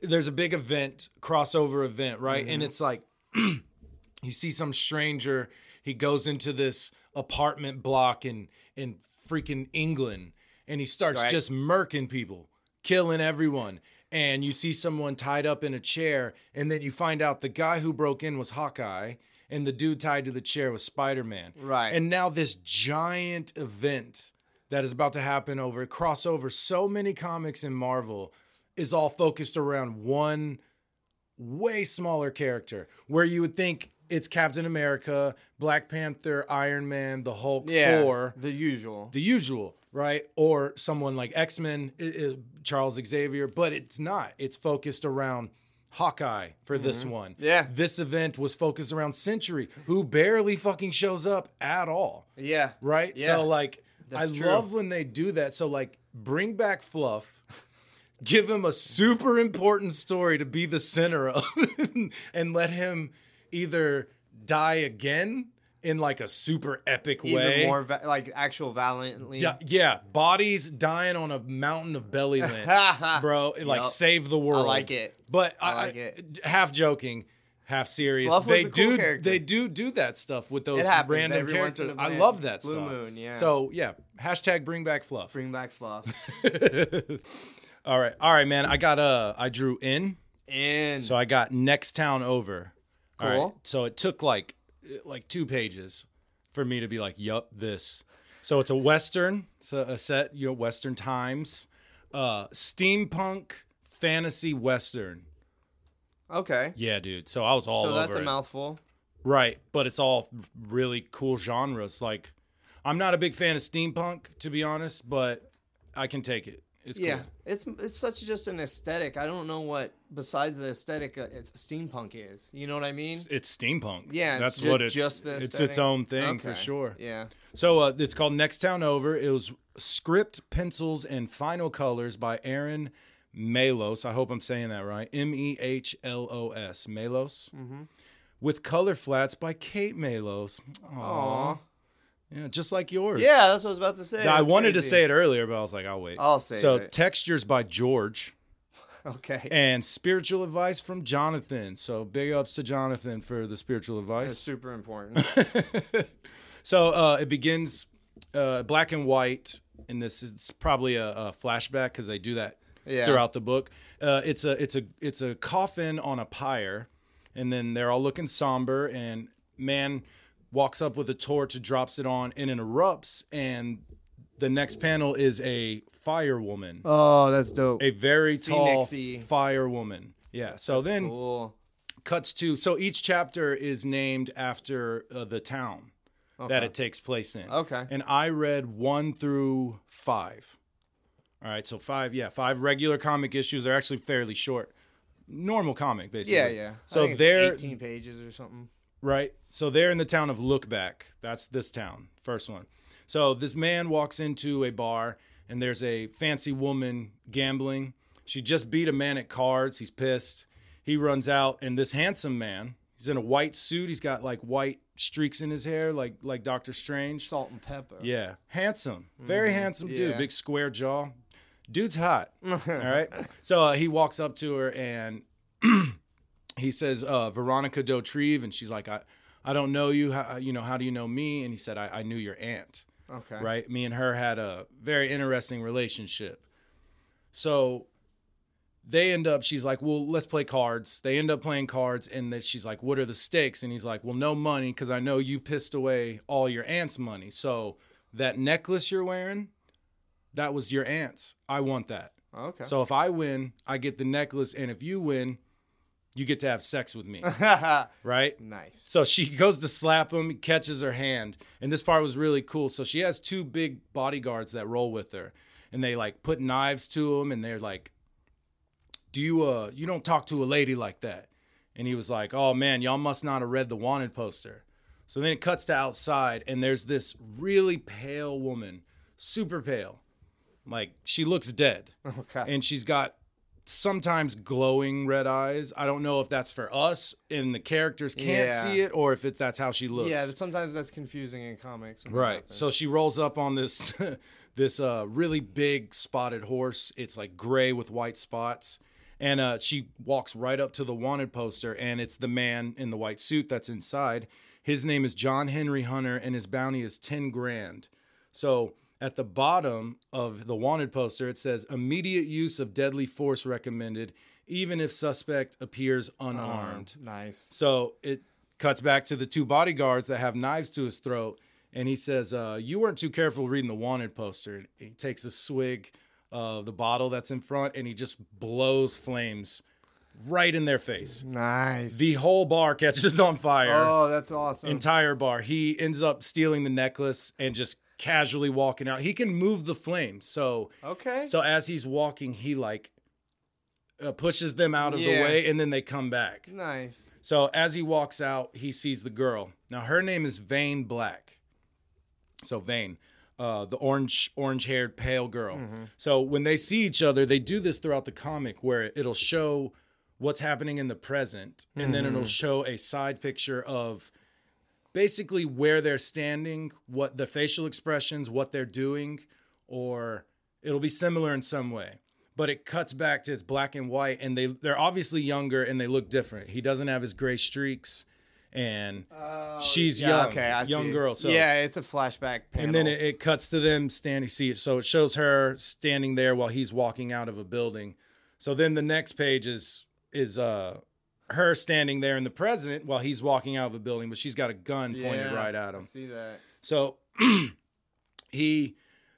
S2: there's a big event, crossover event, right? And
S3: Mm-hmm.
S2: it's like [CLEARS THROAT] you see some stranger. He goes into this apartment block in in freaking England, and he starts
S3: Right.
S2: just murking people, killing everyone. And you see someone tied up in a chair, and then you find out the guy who broke in was Hawkeye, and the dude tied to the chair was Spider Man.
S3: Right.
S2: And now this giant event that is about to happen over cross over so many comics in Marvel is all focused around one way smaller character where you would think it's Captain America, Black Panther, Iron Man, the Hulk,
S3: Yeah,
S2: Thor,
S3: the usual.
S2: the usual, right? Or someone like X Men, Charles Xavier, but it's not. It's focused around Hawkeye for this one.
S3: Mm-hmm. Yeah.
S2: This event was focused around Century, who barely fucking shows up at all,
S3: yeah,
S2: right?
S3: Yeah.
S2: So, like,
S3: That's
S2: I
S3: true.
S2: love when they do that. So, like, bring back Fluff. [LAUGHS] Give him a super important story to be the center of [LAUGHS] and let him either die again in like a super epic
S3: even
S2: way
S3: more va- like actual valiantly.
S2: yeah, yeah, bodies dying on a mountain of
S3: [LAUGHS]
S2: belly lint, bro. It, like
S3: Yup.
S2: save the world.
S3: like it.
S2: But I,
S3: I like
S2: I-
S3: it.
S2: Half joking, half serious.
S3: Fluff was
S2: they
S3: a cool
S2: do.
S3: character.
S2: They do do that stuff with those
S3: It happens
S2: random
S3: every once in
S2: characters.
S3: a
S2: I
S3: blue-
S2: love that
S3: blue
S2: stuff.
S3: moon, yeah.
S2: So yeah, hashtag bring back fluff.
S3: Bring
S2: [LAUGHS]
S3: back fluff.
S2: all right, all right, man. I got uh, I drew in,
S3: And
S2: so I got next town over. All right,
S3: Cool.
S2: So it took like uh, like two pages for me to be like, yup, this. So it's a western, so a set, you know, Western Times, uh, steampunk fantasy western.
S3: okay,
S2: Yeah, dude. So I was all
S3: so
S2: over
S3: that's a
S2: it.
S3: mouthful.
S2: Right, but it's all really cool genres. Like, I'm not a big fan of steampunk to be honest, but I can take it. It's
S3: Yeah,
S2: cool.
S3: it's it's such just an aesthetic. I don't know what besides the aesthetic uh, it's steampunk is. You know what I mean?
S2: It's steampunk.
S3: Yeah, it's
S2: that's
S3: ju-
S2: what it's.
S3: just the
S2: it's its
S3: aesthetic.
S2: own thing for
S3: Okay,
S2: sure.
S3: Yeah.
S2: So uh, it's called Next Town Over. It was script, pencils, and final colors by Aaron Melos. I hope I'm saying that right. M E H L O S. Melos.
S3: Mm-hmm.
S2: With color flats by Kate Melos. Aww.
S3: Aw.
S2: Yeah, just like yours.
S3: Yeah, that's what I was about to say.
S2: Now, I
S3: That's
S2: wanted to
S3: crazy.
S2: say it earlier, but I was like, I'll wait.
S3: I'll save
S2: So
S3: it.
S2: textures by George
S3: Okay.
S2: and spiritual advice from Jonathan. So big ups to Jonathan for the spiritual advice.
S3: That's super important.
S2: So uh, it begins uh, black and white, and this is probably a, a flashback because they do that
S3: Yeah.
S2: throughout the book. Uh, it's a it's a it's a coffin on a pyre, and then they're all looking somber, and man walks up with a torch, drops it on, and it erupts, and the next panel is a fire woman,
S3: [LAUGHS] Oh, that's dope.
S2: a very tall
S3: Phoenixy.
S2: fire woman. Yeah. So then
S3: cool.
S2: cuts to so each chapter is named after uh, the town that it takes place in.
S3: Okay.
S2: And I read 1 through 5. All right, so 5, yeah, 5 regular comic issues are actually fairly short. Normal comic basically.
S3: Yeah, yeah. I
S2: So
S3: think it's
S2: they're
S3: 18 pages or something.
S2: right. So they're in the town of Lookback. That's this town, first one. So this man walks into a bar and there's a fancy woman gambling. She just beat a man at cards. He's pissed. He runs out and this handsome man, he's in a white suit. He's got like white streaks in his hair like like Doctor Strange.
S3: Salt and pepper.
S2: Yeah, handsome, very handsome dude,
S3: yeah.
S2: big square jaw. Dude's hot. All right. So uh, he walks up to her and [CLEARS THROAT] he says, uh, "Veronica Dotrieve," and she's like, "I, I don't know you. How, you know, how do you know me?" And he said, "I, I knew your aunt.
S3: [LAUGHS] Okay.
S2: Right. Me and her had a very interesting relationship. So." They end up, she's like, Well, let's play cards. They end up playing cards, and then she's like, What are the stakes? And he's like, Well, no money, because I know you pissed away all your aunt's money. So that necklace you're wearing, that was your aunt's. I want that.
S3: Okay.
S2: So if I win, I get the necklace, and if you win, you get to have sex with
S3: [LAUGHS]
S2: me, right?
S3: [LAUGHS] nice. [LAUGHS]
S2: So she [LAUGHS] goes to slap him, he catches her hand, and this part was really cool. So she has two big bodyguards that roll with her, and they like put knives to him, and they're like, "Do you uh you don't talk to a lady like that?" And he was like, "Oh man, y'all must not have read the wanted poster." So then it cuts to outside, and there's this really pale woman, super pale, like she looks dead
S3: Okay.
S2: and she's got sometimes glowing red eyes. I don't know if that's for us and the characters can't
S3: Yeah.
S2: see it or if it, that's how she looks.
S3: yeah, but sometimes that's confusing in comics. when that
S2: right.
S3: happens.
S2: So she rolls up on this [LAUGHS] this uh, really big spotted horse. It's like gray with white spots. And uh, she walks right up to the wanted poster, and it's the man in the white suit that's inside. His name is John Henry Hunter, and his bounty is 10 grand. So at the bottom of the wanted poster, it says immediate use of deadly force recommended, even if suspect appears unarmed.
S3: nice.
S2: So it cuts back to the two bodyguards that have knives to his throat, and he says, uh, "You weren't too careful reading the wanted poster." And he takes a swig of the bottle that's in front, and he just blows flames right in their face.
S3: Nice.
S2: The whole bar catches on fire.
S3: oh, that's awesome.
S2: Entire bar. He ends up stealing the necklace and just casually walking out. He can move the flames, so
S3: okay.
S2: so as he's walking, he like uh, pushes them out of the
S3: Yeah.
S2: way, and then they come back.
S3: nice.
S2: So as he walks out, he sees the girl. Now her name is Vane Black. So Vane, uh, the orange orange haired pale girl. So when they see each other, they do this throughout the comic where it'll show what's happening in the present, and then it'll show a side picture of basically where they're standing, what the facial expressions, what they're doing, or it'll be similar in some way. But it cuts back to it's black and white, and they they're obviously younger and they look different. He doesn't have his gray streaks, and she's
S3: Oh, Yeah,
S2: young,
S3: okay, I
S2: young
S3: see.
S2: girl. So
S3: yeah, it's a flashback panel.
S2: and then it, it cuts to them standing. See, so it shows her standing there while he's walking out of a building. So then the next page is is uh her standing there in the present while he's walking out of a building, but she's got a gun pointed
S3: Yeah,
S2: right at
S3: I
S2: him.
S3: see that?
S2: So [CLEARS THROAT] he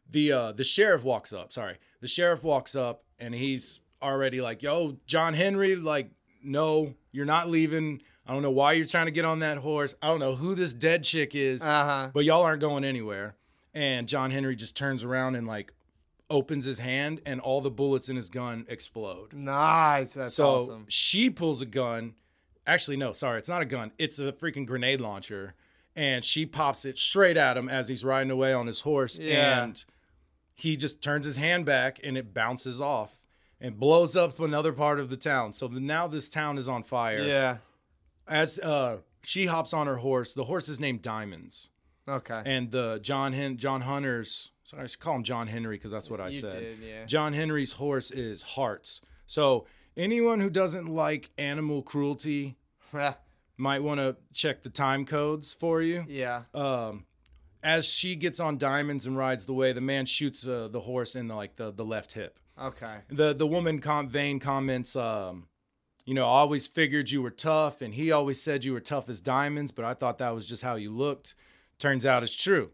S2: the uh the sheriff walks up, sorry. The sheriff walks up and he's already like, "Yo, John Henry, like no, you're not leaving. I don't know why you're trying to get on that horse. I don't know who this dead chick is,
S3: Uh huh.
S2: but y'all aren't going anywhere." And John Henry just turns around and like opens his hand and all the bullets in his gun explode
S3: Nice. That's
S2: so
S3: awesome.
S2: she pulls a gun. Actually, no, sorry, it's not a gun. It's a freaking grenade launcher, and she pops it straight at him as he's riding away on his horse,
S3: Yeah.
S2: and he just turns his hand back, and it bounces off and blows up another part of the town. So the, now this town is on fire.
S3: Yeah.
S2: As uh, she hops on her horse, the horse is named Diamonds,
S3: Okay.
S2: and the John Hen- John Hunter's. Sorry, I should call him John Henry because that's what I
S3: You
S2: said.
S3: did, yeah.
S2: John Henry's horse is Hearts. So anyone who doesn't like animal
S3: [LAUGHS]
S2: cruelty might want to check the time codes for you.
S3: yeah.
S2: Um, as she gets on diamonds and rides the way, the man shoots uh, the horse in the, like the, the left hip.
S3: Okay.
S2: The the woman com- Vane comments, um, you know, I always figured you were tough, and he always said you were tough as diamonds, but I thought that was just how you looked. Turns out it's true.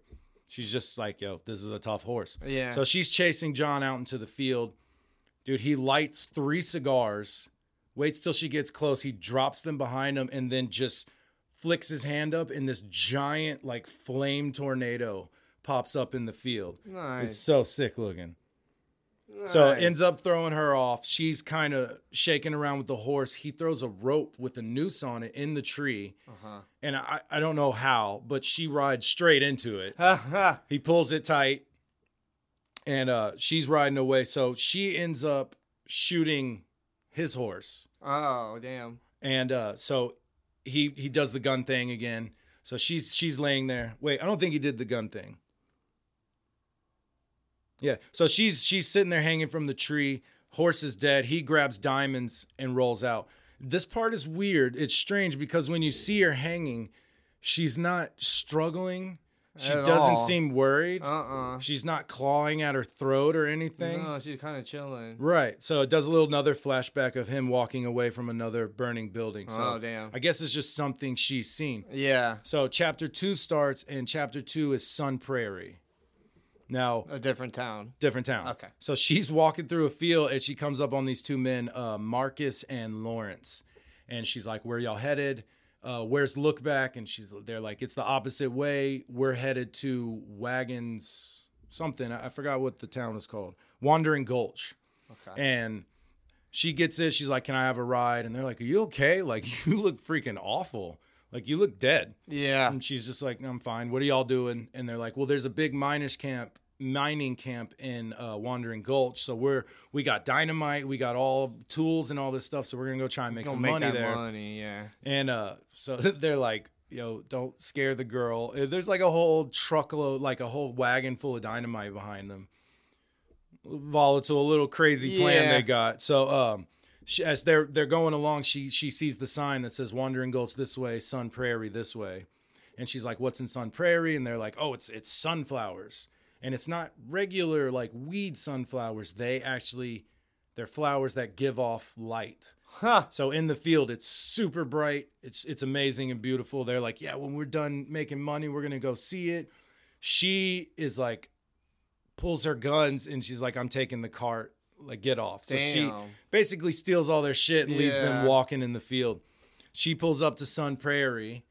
S2: She's just like, yo, this is a tough horse.
S3: Yeah.
S2: So she's chasing John out into the field. Dude, he lights three cigars, waits till she gets close. He drops them behind him and then just flicks his hand up, and this giant, like, flame tornado pops up in the field. It's
S3: nice.
S2: so sick looking. So
S3: nice.
S2: ends up throwing her off. She's kind of shaking around with the horse. He throws a rope with a noose on it in the tree. And I, I don't know how, but she rides straight into it.
S3: Uh-huh. [LAUGHS]
S2: He pulls it tight and uh, she's riding away. So she ends up shooting his horse.
S3: oh damn.
S2: And uh, so he he does the gun thing again. So she's she's laying there. Wait, I don't think he did the gun thing. Yeah. So she's she's sitting there hanging from the tree. Horse is dead. He grabs diamonds and rolls out. This part is weird. It's strange because when you see her hanging, she's not struggling. She
S3: At
S2: doesn't
S3: all.
S2: seem worried.
S3: Uh-uh.
S2: She's not clawing at her throat or anything.
S3: No, she's kind of chilling.
S2: Right. So it does a little another flashback of him walking away from another burning building. So
S3: Oh, damn.
S2: I guess it's just something she's seen.
S3: Yeah.
S2: So chapter two starts, and chapter two is Sun Prairie. Now,
S3: A different town.
S2: different town.
S3: Uh, Okay.
S2: So she's walking through a field and she comes up on these two men, uh, Marcus and Lawrence, and she's like, "Where y'all headed? Uh, where's Look Back?" And she's they're like, "It's the opposite way. We're headed to Wagons something. I, I forgot what the town is called. Wandering Gulch."
S3: Okay.
S2: And she gets it. She's like, "Can I have a ride?" And they're like, "Are you okay? Like [LAUGHS] you look freaking awful. Like you look dead."
S3: Yeah.
S2: And she's just like, I'm fine. What are y'all doing? And they're like, Well, there's a big miners camp, mining camp in uh, Wandering Gulch. So we're we got dynamite, we got all tools and all this stuff. So we're gonna go try and make
S3: Gonna
S2: some
S3: make
S2: money
S3: that
S2: there.
S3: money. Yeah.
S2: And uh, so [LAUGHS] they're like, Yo, don't scare the girl. And There's like a whole truckload, like a whole wagon full of dynamite behind them. Volatile, little crazy plan
S3: Yeah.
S2: they got. So um. She, as they're they're going along, she she sees the sign that says "Wandering Gulch this way, Sun Prairie this way," and she's like, "What's in Sun Prairie?" And they're like, "Oh, it's it's sunflowers, and it's not regular like weed sunflowers. They actually, they're flowers that give off light.
S3: Huh.
S2: So in the field, it's super bright. It's it's amazing and beautiful. They're like, yeah, when we're done making money, we're gonna go see it. She is like, pulls her guns and she's like, I'm taking the cart. Like, get off. So she
S3: Damn.
S2: basically steals all their shit and leaves them
S3: Yeah.
S2: walking in the field. She pulls up to Sun Prairie.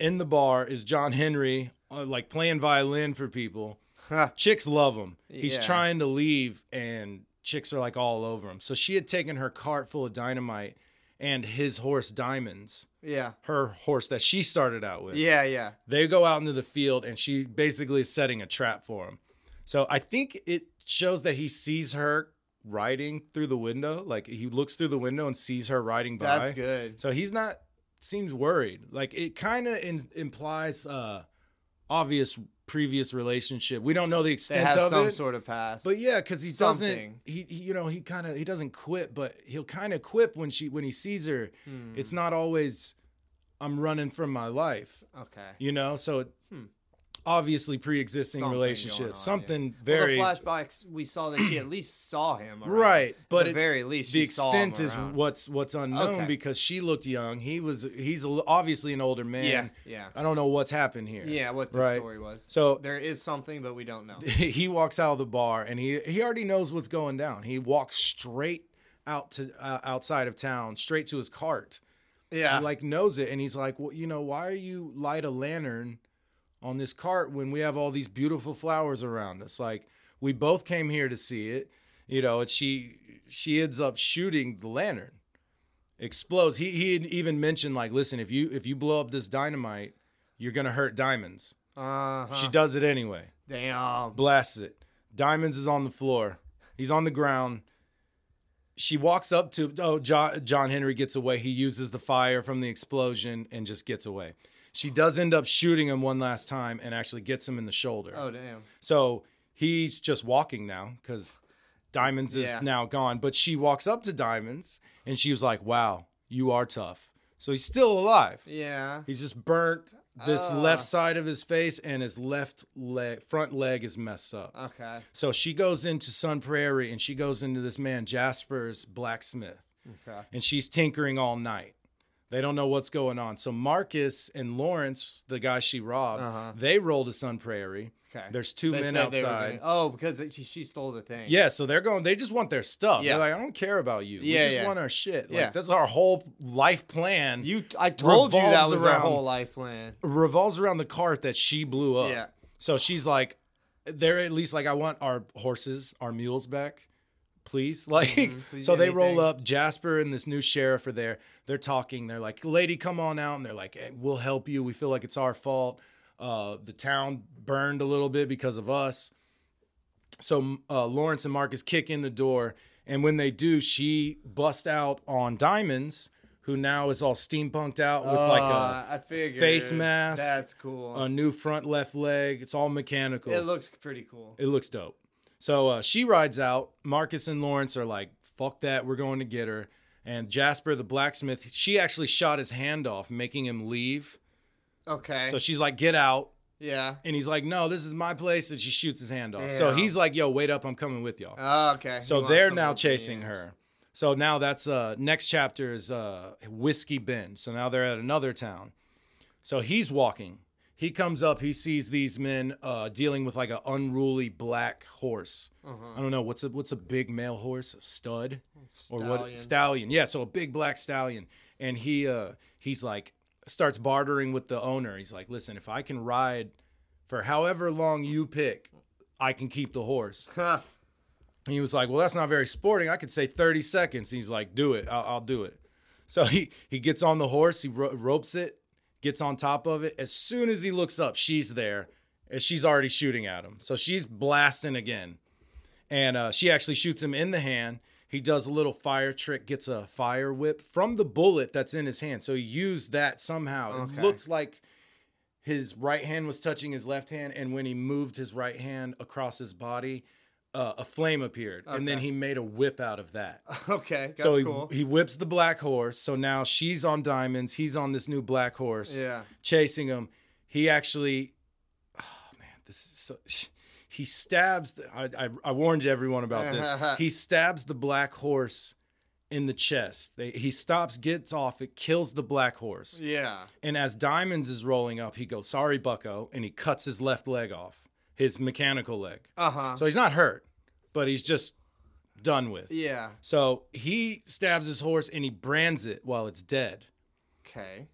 S2: In the bar is John Henry, uh, like playing violin for people.
S3: Huh.
S2: Chicks love him. He's
S3: Yeah.
S2: trying to leave, and chicks are like all over him. So she had taken her cart full of dynamite and his horse Diamonds,
S3: Yeah.
S2: her horse that she started out with.
S3: Yeah. Yeah.
S2: They go out into the field, and she basically is setting a trap for him. So I think it shows that he sees her riding through the window. Like he looks through the window and sees her riding by.
S3: That's good.
S2: So he's not seems worried. Like it kind of in, implies uh obvious previous relationship. We don't know the
S3: They
S2: extent
S3: have
S2: of
S3: some
S2: it.
S3: sort of past.
S2: but yeah, cuz he
S3: something.
S2: doesn't he, he you know, he kind of he doesn't quit, but he'll kind of quip when she when he sees her.
S3: Hmm.
S2: It's not always I'm running from my life,
S3: okay.
S2: you know? So it,
S3: Hmm.
S2: obviously pre-existing
S3: Something going on,
S2: relationship,
S3: yeah.
S2: something
S3: Well,
S2: very
S3: the flashbacks we saw that she at least saw him. around.
S2: right,
S3: At
S2: but
S3: the
S2: it,
S3: very least,
S2: the
S3: she saw him
S2: extent is
S3: around.
S2: what's what's unknown
S3: Okay.
S2: because she looked young. He was he's a- obviously an older man.
S3: Yeah. Yeah.
S2: I don't know what's happened here.
S3: Yeah. What the
S2: Right.
S3: story was.
S2: So-
S3: Oh, there is something, but we don't know.
S2: [LAUGHS] He walks out of the bar and he he already knows what's going down. He walks straight out to uh, outside of town, straight to his cart.
S3: Yeah.
S2: He like knows it and he's like, "Well, you know, why are you light a lantern on this cart when we have all these beautiful flowers around us? Like we both came here to see it." You know, and she she ends up shooting the lantern. Explodes. He he had even mentioned like, "Listen, if you if you blow up this dynamite, you're going to hurt diamonds."
S3: uh-huh.
S2: She does it anyway.
S3: Damn.
S2: blasts it. Diamonds is on the floor. He's on the ground. She walks up to oh John, John Henry gets away. He uses the fire from the explosion and just gets away. She does end up shooting him one last time and actually gets him in the shoulder.
S3: Oh damn.
S2: So he's just walking now because Diamonds is
S3: Yeah.
S2: now gone. But she walks up to Diamonds and she was like, Wow, you are tough. So he's still alive.
S3: Yeah.
S2: He's just burnt this left
S3: Ah.
S2: side of his face and his left leg front leg is messed up.
S3: Okay.
S2: So she goes into Sun Prairie and she goes into this man Jasper's blacksmith
S3: Okay.
S2: and she's tinkering all night. They don't know what's going on. So Marcus and Lawrence, the guy she robbed,
S3: Uh-huh.
S2: they roll to Sun Prairie.
S3: Okay.
S2: There's two
S3: They
S2: men
S3: said they were
S2: outside.
S3: gonna- oh, because it- she, she stole the thing.
S2: Yeah, so they're going. They just want their stuff.
S3: Yeah.
S2: They're like, I don't care about you. we
S3: Yeah,
S2: just
S3: yeah.
S2: want our shit. Like,
S3: Yeah.
S2: That's our whole life plan.
S3: You. I told you that
S2: Revolves
S3: was her
S2: around-
S3: whole life plan.
S2: revolves around the cart that she blew up.
S3: Yeah.
S2: So she's like, they're at least like, I want our horses, our mules back, please. [LAUGHS] Like,
S3: Mm-hmm. please,
S2: so they roll
S3: anything.
S2: up. Jasper and this new sheriff are there. They're talking. They're like, lady, come on out. And they're like, "Hey, we'll help you. We feel like it's our fault. Uh, the town burned a little bit because of us. So uh, Lawrence and Marcus kick in the door, and when they do, she busts out on Diamonds, who now is all steampunked out with like
S3: Uh,
S2: a,
S3: I figured
S2: face mask,
S3: That's cool.
S2: a new front left leg. It's all mechanical.
S3: It looks pretty cool.
S2: It looks dope. So uh, she rides out. Marcus and Lawrence are like, fuck that, we're going to get her. And Jasper, the blacksmith, she actually shot his hand off, making him leave.
S3: Okay.
S2: So she's like, get out.
S3: yeah.
S2: And he's like, no, this is my place. And she shoots his hand off. So
S3: Damn.
S2: he's like, yo, wait up, I'm coming with y'all.
S3: Oh, okay.
S2: So
S3: You want
S2: they're now
S3: something to
S2: chasing
S3: use.
S2: her. So now that's uh next chapter is uh Whiskey Bend. So now they're at another town. So he's walking. He comes up, he sees these men uh dealing with like an unruly black horse.
S3: Uh-huh.
S2: I don't know, what's a what's a big male horse? A stud? Or what
S3: Stallion.
S2: stallion. Yeah, so a big black stallion. And he uh he's like starts bartering with the owner. He's like, "Listen, if I can ride for however long you pick, I can keep the horse."
S3: Huh.
S2: And he was like, "Well, that's not very sporting. I could say 30 seconds." And he's like, "Do it. I'll, I'll do it." So he he gets on the horse, he ro- ropes it, gets on top of it. As soon as he looks up, she's there, and she's already shooting at him. So she's blasting again, and uh, she actually shoots him in the hand. He does a little fire trick, gets a fire whip from the bullet that's in his hand. So he used that somehow. It
S3: Okay.
S2: looked like his right hand was touching his left hand, and when he moved his right hand across his body, uh, a flame appeared, and then
S3: Okay.
S2: he made a whip out of that.
S3: [LAUGHS] Okay. That's
S2: so he,
S3: cool.
S2: he whips the black horse. So now she's on diamonds. He's on this new black horse,
S3: yeah.
S2: chasing him. He actually, oh man, this is so. [LAUGHS] He stabs. The, I, I I warned you everyone about this.
S3: [LAUGHS]
S2: he stabs the black horse in the chest. They, he stops, gets off. It kills the black horse.
S3: Yeah.
S2: And as Diamonds is rolling up, he goes, "Sorry, Bucko," and he cuts his left leg off, his mechanical leg.
S3: Uh huh.
S2: So he's not hurt, but he's just done with.
S3: yeah.
S2: So he stabs his horse and he brands it while it's dead.
S3: Okay.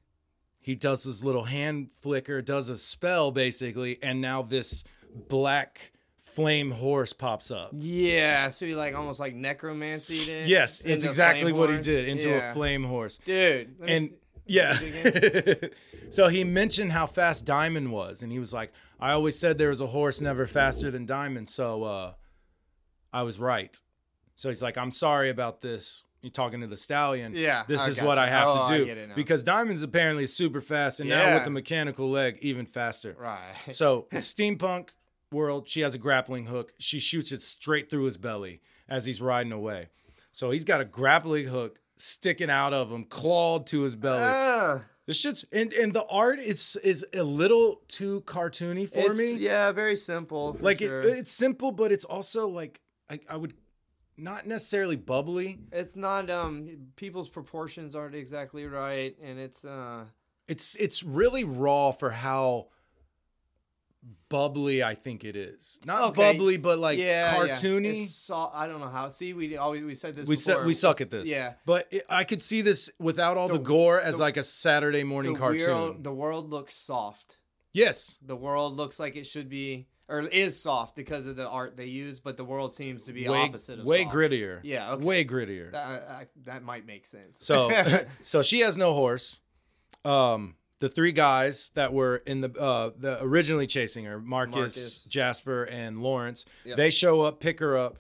S2: He does his little hand flicker, does a spell basically, and now this black flame horse pops up.
S3: Yeah. So he like almost like necromancy. it.
S2: Yes, it's
S3: into
S2: exactly
S3: flame
S2: what he
S3: horse?
S2: did into
S3: Yeah.
S2: a flame horse.
S3: Dude. let me
S2: and
S3: see-
S2: yeah.
S3: it
S2: [LAUGHS] so he mentioned how fast Diamond was, and he was like, "I always said there was a horse never faster than Diamond, so uh, I was right." So he's like, "I'm sorry about this." You're talking to the stallion.
S3: Yeah,
S2: this
S3: I
S2: is
S3: got
S2: what
S3: you.
S2: I have
S3: Oh, I
S2: to do
S3: get it now.
S2: because Diamond's apparently super fast, and now
S3: Yeah.
S2: with the mechanical leg, even faster.
S3: right.
S2: [LAUGHS] So
S3: [LAUGHS]
S2: steampunk world, she has a grappling hook. She shoots it straight through his belly as he's riding away. So he's got a grappling hook sticking out of him, clawed to his belly.
S3: Ah,
S2: this shit's and and the art is is a little too cartoony for
S3: it's-
S2: me.
S3: Yeah. Very simple. for
S2: like
S3: sure.
S2: it, it's simple, but it's also like I, I would not necessarily bubbly.
S3: It's not um people's proportions aren't exactly right, and it's uh
S2: It's it's really raw for how bubbly I think it is. Not
S3: Okay.
S2: bubbly, but like
S3: yeah yeah.
S2: cartoony.
S3: It's so, I don't know how. See, we always we said this.
S2: we
S3: before.
S2: su- we suck at this.
S3: Yeah.
S2: but it, I could see this without all the,
S3: The-
S2: gore as
S3: the-
S2: like a Saturday morning
S3: the
S2: cartoon.
S3: World, the world looks soft.
S2: yes,
S3: The world looks like it should be or is soft because of the art they use, but the world seems to be
S2: way,
S3: opposite of
S2: way
S3: soft.
S2: grittier.
S3: Yeah, okay.
S2: way grittier.
S3: That, I, that might make sense. [LAUGHS]
S2: so so she has no horse. Um, the three guys that were in the uh the originally chasing her, Marcus,
S3: Marcus.
S2: Jasper, and Lawrence,
S3: Yep.
S2: they show up, pick her up.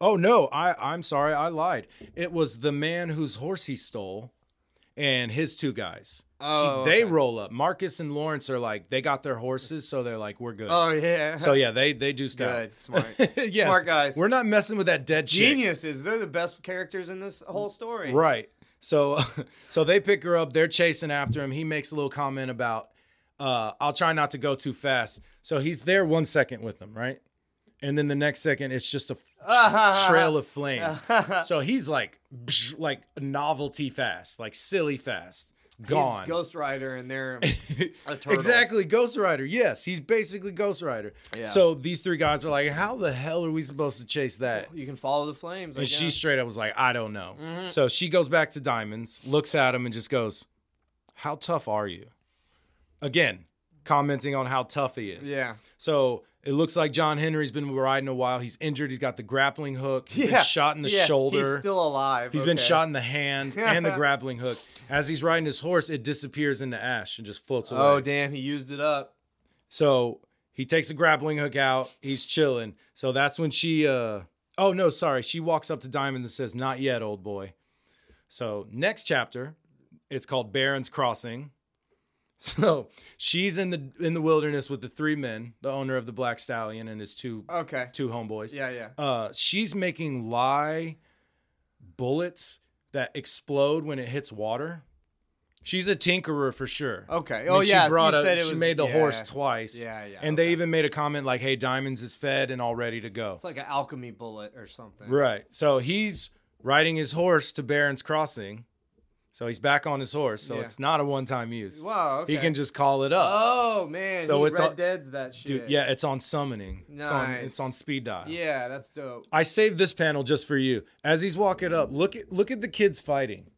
S2: Oh no, I I'm sorry, I lied. It was the man whose horse he stole, and his two guys.
S3: oh,
S2: They
S3: okay.
S2: roll up. Marcus and Lawrence are like they got their horses, so they're like we're good.
S3: Oh yeah.
S2: So yeah, they they do stuff.
S3: [LAUGHS] good, smart,
S2: [LAUGHS] yeah,
S3: smart guys.
S2: We're not messing with that dead chick.
S3: [LAUGHS] geniuses. They're the best characters in this whole story.
S2: right? So [LAUGHS] so they pick her up. They're chasing after him. He makes a little comment about, uh, "I'll try not to go too fast." So he's there one second with them, right? And then the next second, it's just a
S3: Uh,
S2: f- trail of flames. so he's like, like novelty fast, like silly fast, gone.
S3: He's Ghost Rider
S2: [LAUGHS]
S3: and they're a turtle.
S2: Exactly, Ghost Rider. Yes, he's basically Ghost Rider.
S3: Yeah.
S2: So these three guys are like, "How the hell are we supposed to chase that?"
S3: You can follow the flames. I
S2: And she
S3: guess.
S2: straight up was like, I don't know.
S3: Mm-hmm.
S2: So she goes back to Diamonds, looks at him, and just goes, How tough are you? Again, commenting on how tough he is.
S3: Yeah.
S2: So it looks like John Henry's been riding a while. He's injured. He's got the grappling hook. He's
S3: Yeah.
S2: been shot in the
S3: Yeah.
S2: shoulder.
S3: He's still alive.
S2: He's
S3: He's
S2: been shot in the hand and the
S3: [LAUGHS]
S2: grappling hook. As he's riding his horse, it disappears into ash and just floats away.
S3: Oh damn, he used it up.
S2: So he takes a grappling hook out. He's chilling. So that's when she. uh Oh no, sorry. She walks up to Diamond and says, "Not yet, old boy." So next chapter, it's called Baron's Crossing. [LAUGHS] So she's in the in the wilderness with the three men, the owner of the Black Stallion and his two
S3: Okay.
S2: two homeboys.
S3: Yeah, yeah.
S2: Uh, she's making lie bullets that explode when it hits water. She's a tinkerer for sure.
S3: Okay.
S2: And
S3: Oh
S2: she
S3: yeah.
S2: brought
S3: you
S2: up-
S3: said it
S2: she
S3: was-
S2: made the
S3: yeah.
S2: horse twice.
S3: Yeah, yeah,
S2: And they
S3: okay.
S2: even made a comment like, "Hey, Diamonds is fed and all ready to go."
S3: It's like an alchemy bullet or something.
S2: Right. So he's riding his horse to Baron's Crossing. So he's back on his horse. So
S3: Yeah.
S2: it's not a one-time use.
S3: Wow. Okay.
S2: He can just call it up.
S3: Oh man.
S2: So
S3: he
S2: it's
S3: Red
S2: all-
S3: Dead's that shit.
S2: Dude, yeah, it's on summoning. It's on
S3: Nice.
S2: it's on speed dial.
S3: Yeah, that's dope.
S2: I saved this panel just for you. As he's walking up, look at look at the kids fighting.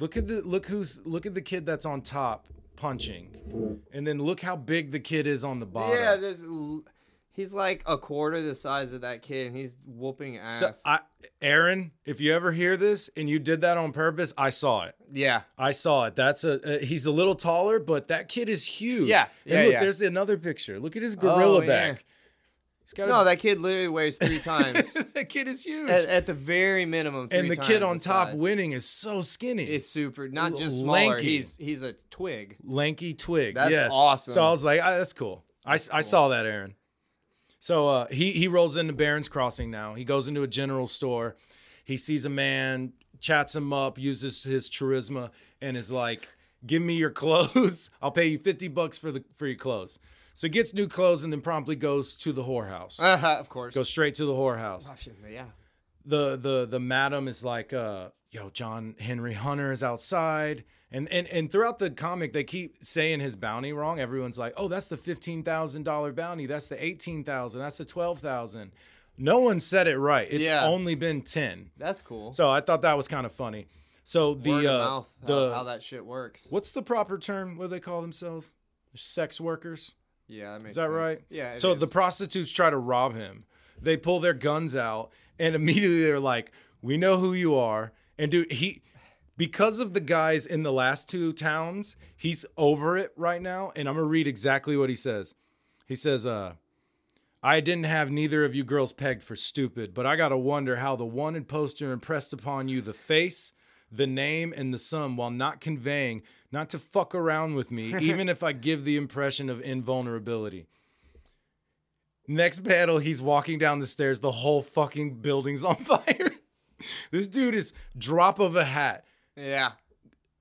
S2: Look at the look who's look at the kid that's on top punching. And then look how big the kid is on the bottom.
S3: Yeah, this, l- he's like a quarter the size of that kid, and he's whooping ass.
S2: So I, Aaron, if you ever hear this and you did that on purpose, I saw it.
S3: yeah,
S2: I saw it. That's a uh, he's a little taller, but that kid is huge.
S3: Yeah,
S2: And
S3: yeah,
S2: look,
S3: yeah.
S2: there's another picture. Look at his gorilla
S3: Oh, yeah.
S2: back. He's got [LAUGHS]
S3: no,
S2: a,
S3: that kid literally weighs
S2: [LAUGHS]
S3: three times.
S2: that kid is huge.
S3: at, at the very minimum, three
S2: and the
S3: times
S2: kid on top
S3: size.
S2: winning is so skinny.
S3: is super not
S2: L-
S3: just smaller.
S2: lanky.
S3: He's he's a twig.
S2: lanky twig.
S3: That's
S2: yes.
S3: awesome.
S2: So I was like, ah, that's cool. I, I saw that, Aaron. So uh, he he rolls into Barron's Crossing now. He goes into a general store. He sees a man, chats him up, uses his charisma, and is like, "Give me your [LAUGHS] clothes. I'll pay you fifty bucks for the for your clothes." So he gets new clothes and then promptly goes to the whorehouse.
S3: Uh-huh, [LAUGHS] of course. Oh,
S2: Goes straight to the whorehouse
S3: Yeah.
S2: the the the madam is like uh yo john henry hunter is outside and and and throughout the comic they keep saying his bounty wrong everyone's like oh that's the $15000 bounty that's the 18000 that's the 12000 no one said it right it's
S3: Yeah.
S2: only been 10
S3: That's cool.
S2: so i thought that was kind of funny so the
S3: Word of
S2: uh
S3: mouth, how-
S2: the
S3: how, that shit works.
S2: what's the proper term what do they call themselves sex workers
S3: Yeah, that makes
S2: is that
S3: sense.
S2: right?
S3: Yeah. it
S2: So
S3: is.
S2: the prostitutes try to rob him. They pull their guns out, and immediately they're like, "We know who you are." And dude, he, because of the guys in the last two towns, he's over it right now. And I'm gonna read exactly what he says. He says, "Uh." I didn't have neither of you girls pegged for stupid, but I gotta wonder how the wanted poster impressed upon you the face, the name, and the sum while not conveying not to fuck around with
S3: [LAUGHS]
S2: me, even if I give the impression of invulnerability. Next battle, he's walking down the stairs, the whole fucking building's on [LAUGHS] fire. this dude is drop of a hat.
S3: yeah.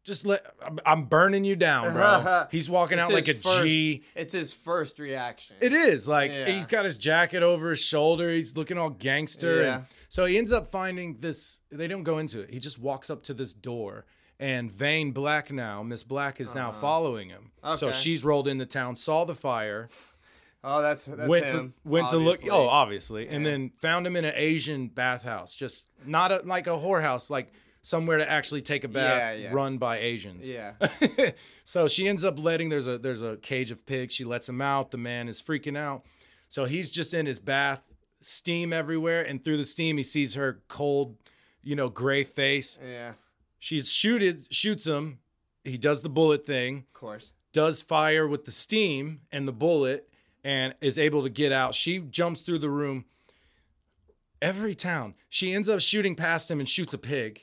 S2: Just let I'm- I'm burning you down,
S3: [LAUGHS]
S2: bro. He's walking
S3: It's
S2: out like a G.
S3: his first, It's his first reaction.
S2: It is like
S3: Yeah.
S2: he's got his jacket over his shoulder. He's looking all gangster.
S3: Yeah.
S2: And so he ends up finding this. They don't go into it. He just walks up to this door, and Vane Black now, Miss Black is now following him. So
S3: Uh-huh. Okay.
S2: she's rolled into town, saw the fire,
S3: Oh, that's that's
S2: went
S3: him.
S2: to went
S3: obviously.
S2: to look. Oh, obviously, and then found him in an Asian bathhouse, just not a, like a whorehouse, like somewhere to actually take a bath,
S3: Yeah, yeah.
S2: run by Asians.
S3: yeah.
S2: [LAUGHS] so she ends up letting there's a there's a cage of pigs. She lets him out. The man is freaking out. So he's just in his bath, steam everywhere, and through the steam he sees her cold, you know, gray face.
S3: Yeah. Of
S2: She shooted shoots him. He does the bullet thing,
S3: course.
S2: does fire with the steam and the bullet, and is able to get out. She jumps through the room. Every town, she ends up shooting past him and shoots a pig.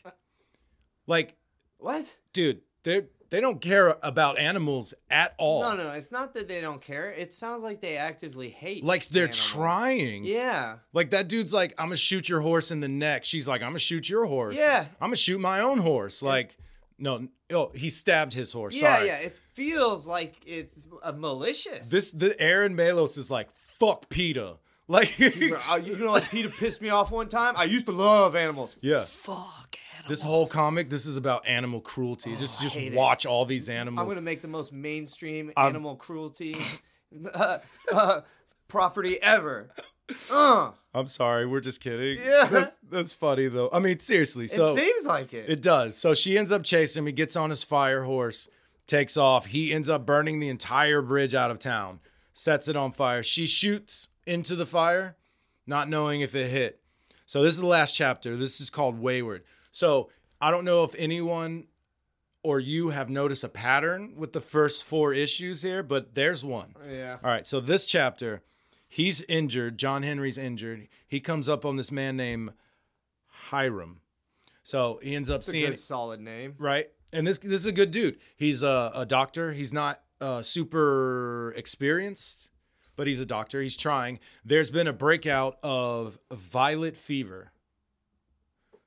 S2: Like
S3: What?
S2: dude, they they don't care about animals at all.
S3: No, no, it's not that they don't care. It sounds like they actively hate.
S2: Like they're
S3: animals.
S2: trying.
S3: Yeah.
S2: Like that dude's like, I'm gonna shoot your horse in the neck. She's like, I'm gonna shoot your horse.
S3: Yeah.
S2: I'm gonna shoot my own horse. Like No, oh, he stabbed his horse.
S3: Yeah,
S2: Sorry.
S3: yeah. It feels like it's uh, malicious.
S2: This the Aaron Malos is like fuck Peter. [LAUGHS] Like
S3: He's like, "Oh, you know,
S2: [LAUGHS]
S3: like Peter pissed me off one time. I used to love animals.
S2: yeah.
S3: Fuck animals. Oh,
S2: This whole comic, this is about animal cruelty. just just
S3: hate it.
S2: watch all these
S3: I'm
S2: animals.
S3: gonna make the most mainstream animal cruelty [LAUGHS] uh, uh, property ever. Uh,
S2: I'm sorry, we're just kidding.
S3: Yeah.
S2: that's, that's funny though. I mean, seriously. So
S3: it seems like it.
S2: It does. So she ends up chasing him. He gets on his fire horse, takes off. He ends up burning the entire bridge out of town, sets it on fire. She shoots into the fire, not knowing if it hit. So this is the last chapter. This is called Wayward. So I don't know if anyone or you have noticed a pattern with the first four issues here, but there's one.
S3: yeah.
S2: All right, so this chapter, he's injured. John Henry's injured. He comes up on this man named Hiram. So he ends up
S3: It's a
S2: seeing
S3: good solid name.
S2: right, and this this is a good dude. He's a, a doctor. He's not uh, super experienced, but he's a doctor. He's trying. There's been a breakout of violet fever.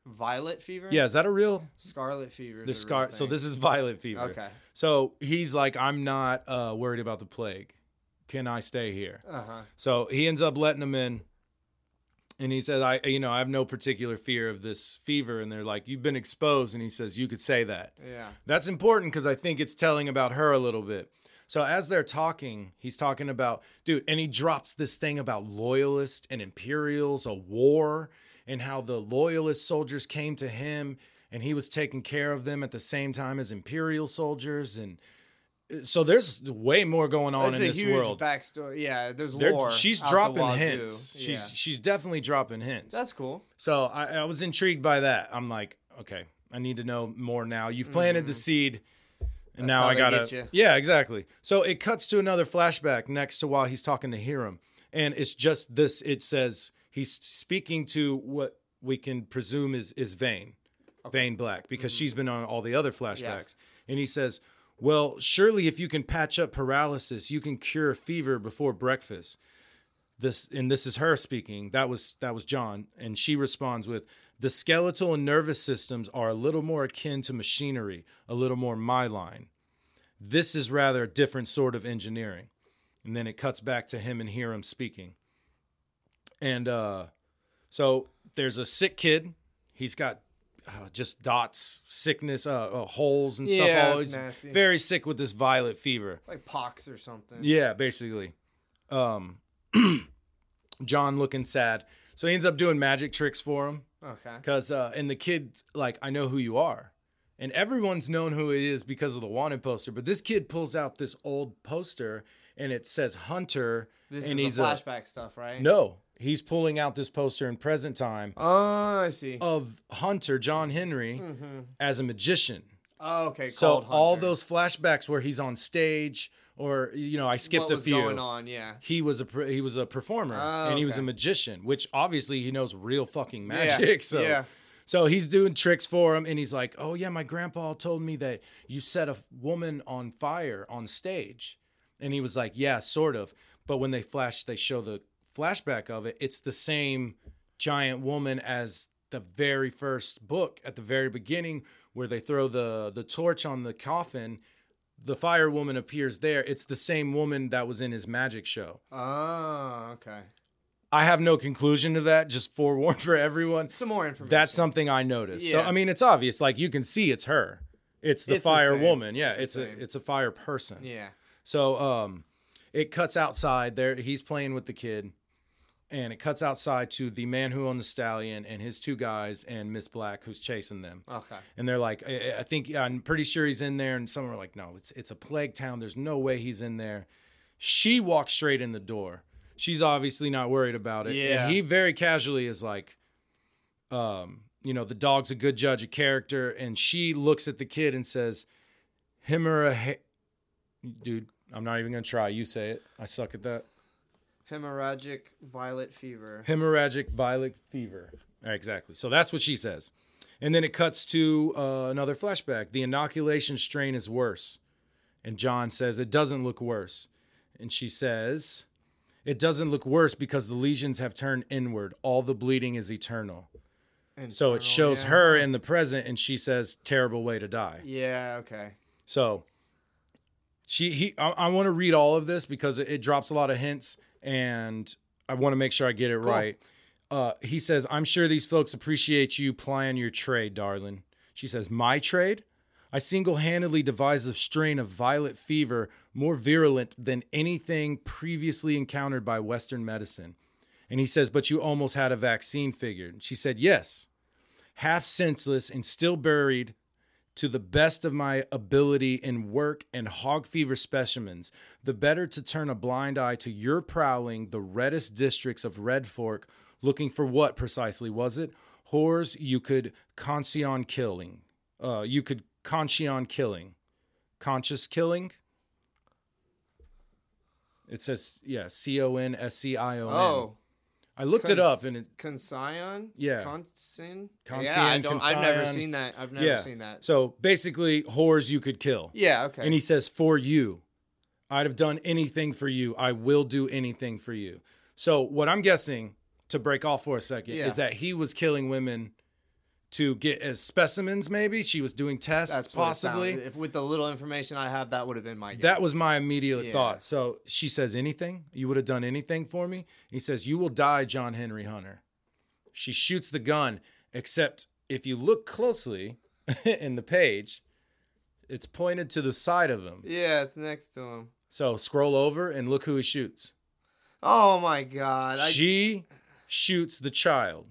S3: Violet fever.
S2: Yeah, is that a real
S3: Scarlet fever. is
S2: the
S3: a real
S2: scar? So
S3: thing.
S2: this is violet fever.
S3: Okay.
S2: So he's like, I'm not uh, worried about the plague. Can I stay here?
S3: Uh huh.
S2: So he ends up letting them in. And he said, I, you know, I have no particular fear of this fever. And they're like, you've been exposed. And he says, you could say that.
S3: Yeah.
S2: That's important because I think it's telling about her a little bit. So as they're talking, he's talking about, dude, and he drops this thing about loyalists and imperials, a war, and how the loyalist soldiers came to him and he was taking care of them at the same time as imperial soldiers. And uh, so there's way more going on
S3: That's
S2: in
S3: a
S2: this
S3: huge
S2: world.
S3: backstory. Yeah. There's
S2: They're-
S3: lore.
S2: she's
S3: out the
S2: dropping
S3: wazoo.
S2: hints. She's
S3: Yeah.
S2: she's definitely dropping hints.
S3: That's cool.
S2: so I, I was intrigued by that. I'm like, okay, I need to know more now. You've planted the seed, and
S3: Mm-hmm. That's
S2: now
S3: how
S2: I
S3: they
S2: gotta.
S3: get ya.
S2: Yeah, exactly. So it cuts to another flashback next to while he's talking to Hiram, and it's just this. It says he's speaking to what we can presume is is Vane, Vane Black, because she's been on all the other flashbacks, and he says. Well, surely if you can patch up paralysis, you can cure fever before breakfast this and this is her speaking that was that was john and she responds with the skeletal and nervous systems are a little more akin to machinery a little more my line this is rather a different sort of engineering and then it cuts back to him and hear him speaking and uh so there's a sick kid he's got uh, just dots sickness uh, uh holes and stuff
S3: Yeah,
S2: all
S3: it's
S2: he's
S3: nasty.
S2: very sick with this violet fever
S3: Like pox or something.
S2: yeah, basically. Um, [CLEARS THROAT] John looking sad. So he ends up doing magic tricks for him
S3: Okay.
S2: because, uh, and the kid, like, I know who you are. And everyone's known who it is because of the wanted poster. But this kid pulls out this old poster and it says Hunter.
S3: This
S2: and
S3: is
S2: he's
S3: the flashback stuff, right?
S2: A, no, he's pulling out this poster in present time
S3: Oh, I see.
S2: of Hunter, John Henry, as a magician.
S3: Oh, okay.
S2: So
S3: Mm-hmm. called
S2: all
S3: Hunter.
S2: those flashbacks where he's on stage or, you know, I skipped
S3: what
S2: a
S3: was
S2: few.
S3: going on? Yeah.
S2: he was a pr- he was a performer
S3: Oh,
S2: and he was
S3: okay.
S2: a magician, which obviously he knows real fucking magic. [LAUGHS] So
S3: yeah.
S2: so he's doing tricks for him, and he's like, "Oh yeah, my grandpa told me that you set a f- woman on fire on stage," and he was like, "Yeah, sort of." But when they flash, they show the flashback of it. It's the same giant woman as the very first book at the very beginning, where they throw the the torch on the coffin. The fire woman appears there. It's the same woman that was in his magic show.
S3: Oh, okay.
S2: I have no conclusion to that. Just forewarned [LAUGHS] for everyone.
S3: Some more information.
S2: That's something I noticed. So
S3: Yeah.
S2: I mean, it's obvious. Like you can see, it's her. It's the
S3: It's the
S2: fire
S3: same.
S2: woman. Yeah, it's,
S3: It's the
S2: a
S3: same.
S2: it's a fire person.
S3: yeah.
S2: So um, it cuts outside. There, he's playing with the kid, and it cuts outside to the man who owned the stallion and his two guys and Miss Black who's chasing them.
S3: Okay.
S2: And they're like, I, I think I'm pretty sure he's in there. And some are like, no, it's it's a plague town. There's no way he's in there. She walks straight in the door. She's obviously not worried about it.
S3: Yeah.
S2: And he very casually is like, um, you know, the dog's a good judge of character. And she looks at the kid and says, him or a ha- dude. I'm not even gonna try. You say it. I suck at that.
S3: Hemorrhagic violet fever.
S2: Hemorrhagic violet fever. Exactly. So that's what she says. And then it cuts to uh, another flashback. The inoculation strain is worse. And John says, It doesn't look worse. And she says, It doesn't look worse because the lesions have turned inward. All the bleeding is eternal. So
S3: Infernal,
S2: it shows
S3: Oh, yeah.
S2: her in the present and she says, terrible way to die.
S3: Yeah. Okay.
S2: So she he I, I want to read all of this because it, it drops a lot of hints and I want to make sure I get it right. Uh, he says, "I'm sure these folks appreciate you plying your trade, darling." She says, "My trade." I single-handedly devised a strain of violet fever more virulent than anything previously encountered by Western medicine. And he says, But you almost had a vaccine figured. She said, Yes. Half senseless and still buried to the best of my ability in work and hog fever specimens, the better to turn a blind eye to your prowling the reddest districts of Red Fork, looking for what precisely was it? Whores you could conscion killing. Uh, you could conscion killing. Conscious killing? It says, yeah, C O N S C I O N.
S3: Oh.
S2: I looked it up and it,
S3: Consion.
S2: Yeah.
S3: Consin.
S2: Consion,
S3: Yeah. I don't. I've never
S2: consion.
S3: seen that. I've never
S2: yeah.
S3: seen that.
S2: So basically, whores you could kill.
S3: Yeah. Okay.
S2: And he says, "For you, I'd have done anything for you. I will do anything for you." So what I'm guessing to break off for a second
S3: Yeah.
S2: is that he was killing women to get as specimens. Maybe she was doing tests,
S3: That's what it sounds-
S2: possibly.
S3: If with the little information I have, that would have been my guess.
S2: That was my immediate
S3: Yeah.
S2: thought. So she says, Anything? You would have done anything for me? He says, You will die, John Henry Hunter. She shoots the gun, except if you look closely [LAUGHS] in the page, it's pointed to the side of him.
S3: Yeah. It's next to him.
S2: So scroll over and look who he shoots.
S3: Oh my God. I,
S2: She shoots the child,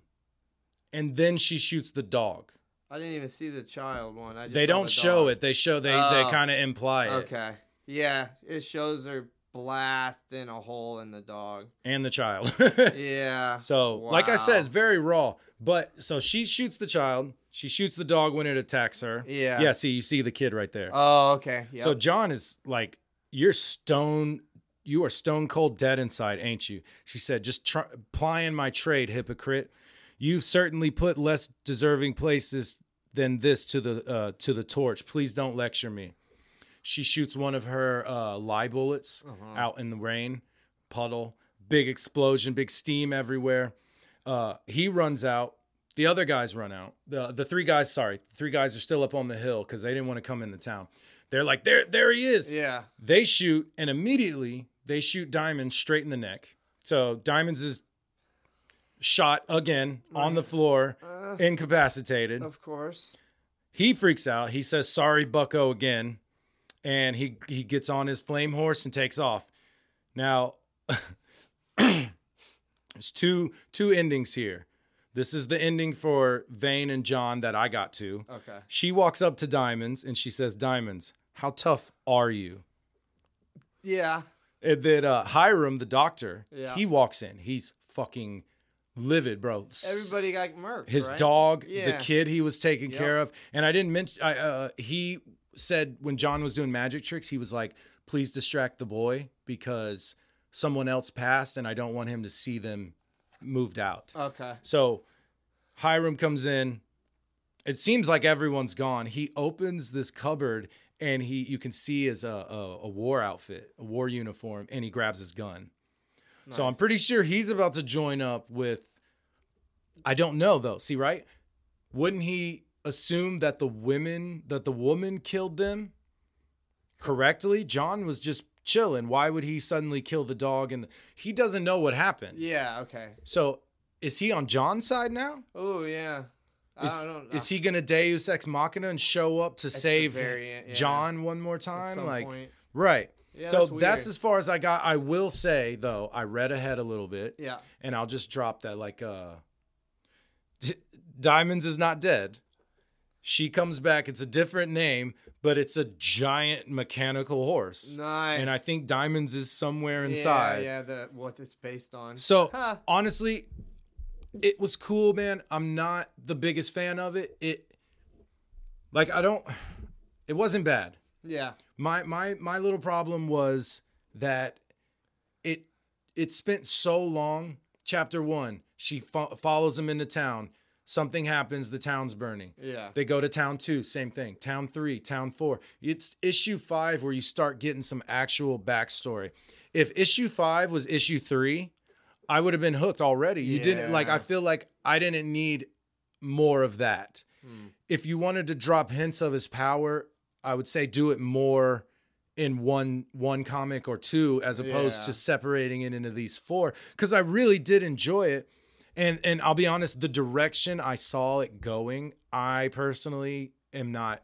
S2: and then she shoots the dog.
S3: I didn't even see the child one. I just
S2: They
S3: saw
S2: don't
S3: the
S2: show
S3: dog.
S2: it. They show they they
S3: Oh.
S2: kind of imply it
S3: Okay. Yeah. It shows her blasting a hole in the dog.
S2: [LAUGHS] and the child.
S3: Yeah.
S2: So, like I said,
S3: Wow.
S2: it's very raw. But so she shoots the child. She shoots the dog when it attacks her.
S3: Yeah.
S2: Yeah. See, you see the kid right there.
S3: Oh, okay. Yep.
S2: So John is like, "You're stone. You are stone cold dead inside, ain't you?" She said, "Just try, plying my trade, hypocrite. You've certainly put less deserving places than this to the uh, to the torch. Please don't lecture me." She shoots one of her uh, lie bullets
S3: Mm. Uh-huh.
S2: out in the rain puddle. Big explosion, big steam everywhere. Uh, he runs out. The other guys run out. The the three guys, sorry, the three guys are still up on the hill because they didn't want to come in the town. They're like, there, there he is.
S3: yeah.
S2: They shoot, and immediately they shoot Diamond straight in the neck. So Diamonds is shot again on the floor, incapacitated.
S3: uh, Of course.
S2: He freaks out. He says, "Sorry, Bucko," again, and he he gets on his flame horse and takes off. Now, [CLEARS THROAT] there's two two endings here. This is the ending for Vane and John that I got to.
S3: Okay.
S2: She walks up to Diamonds and she says, "Diamonds, how tough are you?"
S3: Yeah.
S2: And then uh, Hiram, the doctor,
S3: Yeah.
S2: he walks in. He's fucking livid, bro. S-
S3: Everybody got murked.
S2: his
S3: right?
S2: dog,
S3: Yeah.
S2: the kid he was taking
S3: Yep.
S2: care of. And I didn't mention, I, uh, he said when John was doing magic tricks, he was like, please distract the boy because someone else passed and I don't want him to see them moved out.
S3: Okay.
S2: So Hiram comes in. It seems like everyone's gone. He opens this cupboard and he you can see is a, a, a war outfit, a war uniform, and he grabs his gun. So I'm
S3: Nice.
S2: pretty sure he's about to join up with I don't know though. See, right? Wouldn't he assume that the women that the woman killed them correctly? John was just chilling. Why would he suddenly kill the dog and he doesn't know what happened?
S3: Yeah. Okay.
S2: So is he on John's side now?
S3: Oh yeah.
S2: Is,
S3: I don't.
S2: is he gonna Deus Ex Machina and show up to save
S3: very end, yeah.
S2: John one more
S3: at
S2: time?
S3: some
S2: Like,
S3: point.
S2: right?
S3: Yeah,
S2: so
S3: that's weird.
S2: that's as far as I got. I will say though, I read ahead a little bit,
S3: Yeah.
S2: and I'll just drop that. Like, uh, Diamonds is not dead. She comes back. It's a different name, but it's a giant mechanical horse,
S3: Nice.
S2: and I think Diamonds is somewhere
S3: Yeah,
S2: inside.
S3: Yeah. The what it's based on.
S2: So
S3: Huh.
S2: honestly, it was cool, man. I'm not the biggest fan of it. It like I don't it wasn't bad.
S3: Yeah.
S2: My my my little problem was that it it spent so long. Chapter 1, she fo- follows him into town. Something happens, the town's burning.
S3: Yeah.
S2: They go to town two, same thing. Town three, town four. It's issue five where you start getting some actual backstory. If issue five was issue three, I would have been hooked already. You didn't like.
S3: Yeah.
S2: I feel like I didn't need more of that. If you wanted to drop hints of his power, I would say do it more in one one comic or two as opposed to
S3: Yeah.
S2: separating it into these four cuz I really did enjoy it. And and I'll be honest, the direction I saw it going, I personally am not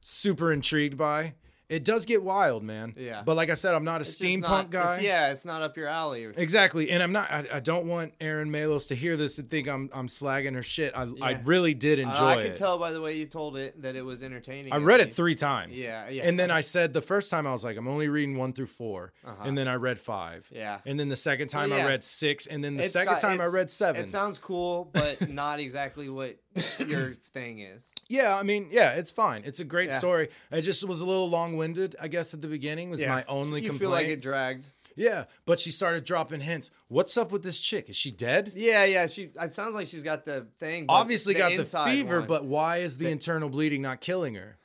S2: super intrigued by. It does get wild, man.
S3: Yeah.
S2: But like I said, I'm not a
S3: It's just
S2: steampunk
S3: not-
S2: guy.
S3: it's- yeah, it's not up your alley.
S2: Exactly, and I'm not. I, I don't want Aaron Malos to hear this and think I'm I'm slagging her shit. I I
S3: Yeah.
S2: really did
S3: I-
S2: enjoy
S3: I can
S2: it.
S3: tell by the way you told it that it was entertaining.
S2: I
S3: at
S2: read it
S3: least.
S2: three times.
S3: Yeah, yeah.
S2: And then I said the first time I was like, I'm only reading one through 4
S3: Uh-huh.
S2: and then I read five.
S3: Yeah.
S2: And then the second
S3: So,
S2: time I
S3: yeah.
S2: read six, and then the
S3: It's
S2: second
S3: got-
S2: time I
S3: it's-
S2: read seven.
S3: It sounds cool, but [LAUGHS] not exactly what your thing is.
S2: yeah, I mean, yeah, it's fine. It's a great
S3: Yeah.
S2: story. It just was a little long winded, I guess, at the beginning was my only
S3: you
S2: complaint.
S3: feel like it dragged.
S2: yeah, but she started dropping hints. What's up with this chick? Is she dead?
S3: Yeah, yeah. She. It sounds like she's got the thing. but
S2: Obviously got the
S3: inside
S2: fever,
S3: one.
S2: but why is the internal bleeding not killing her?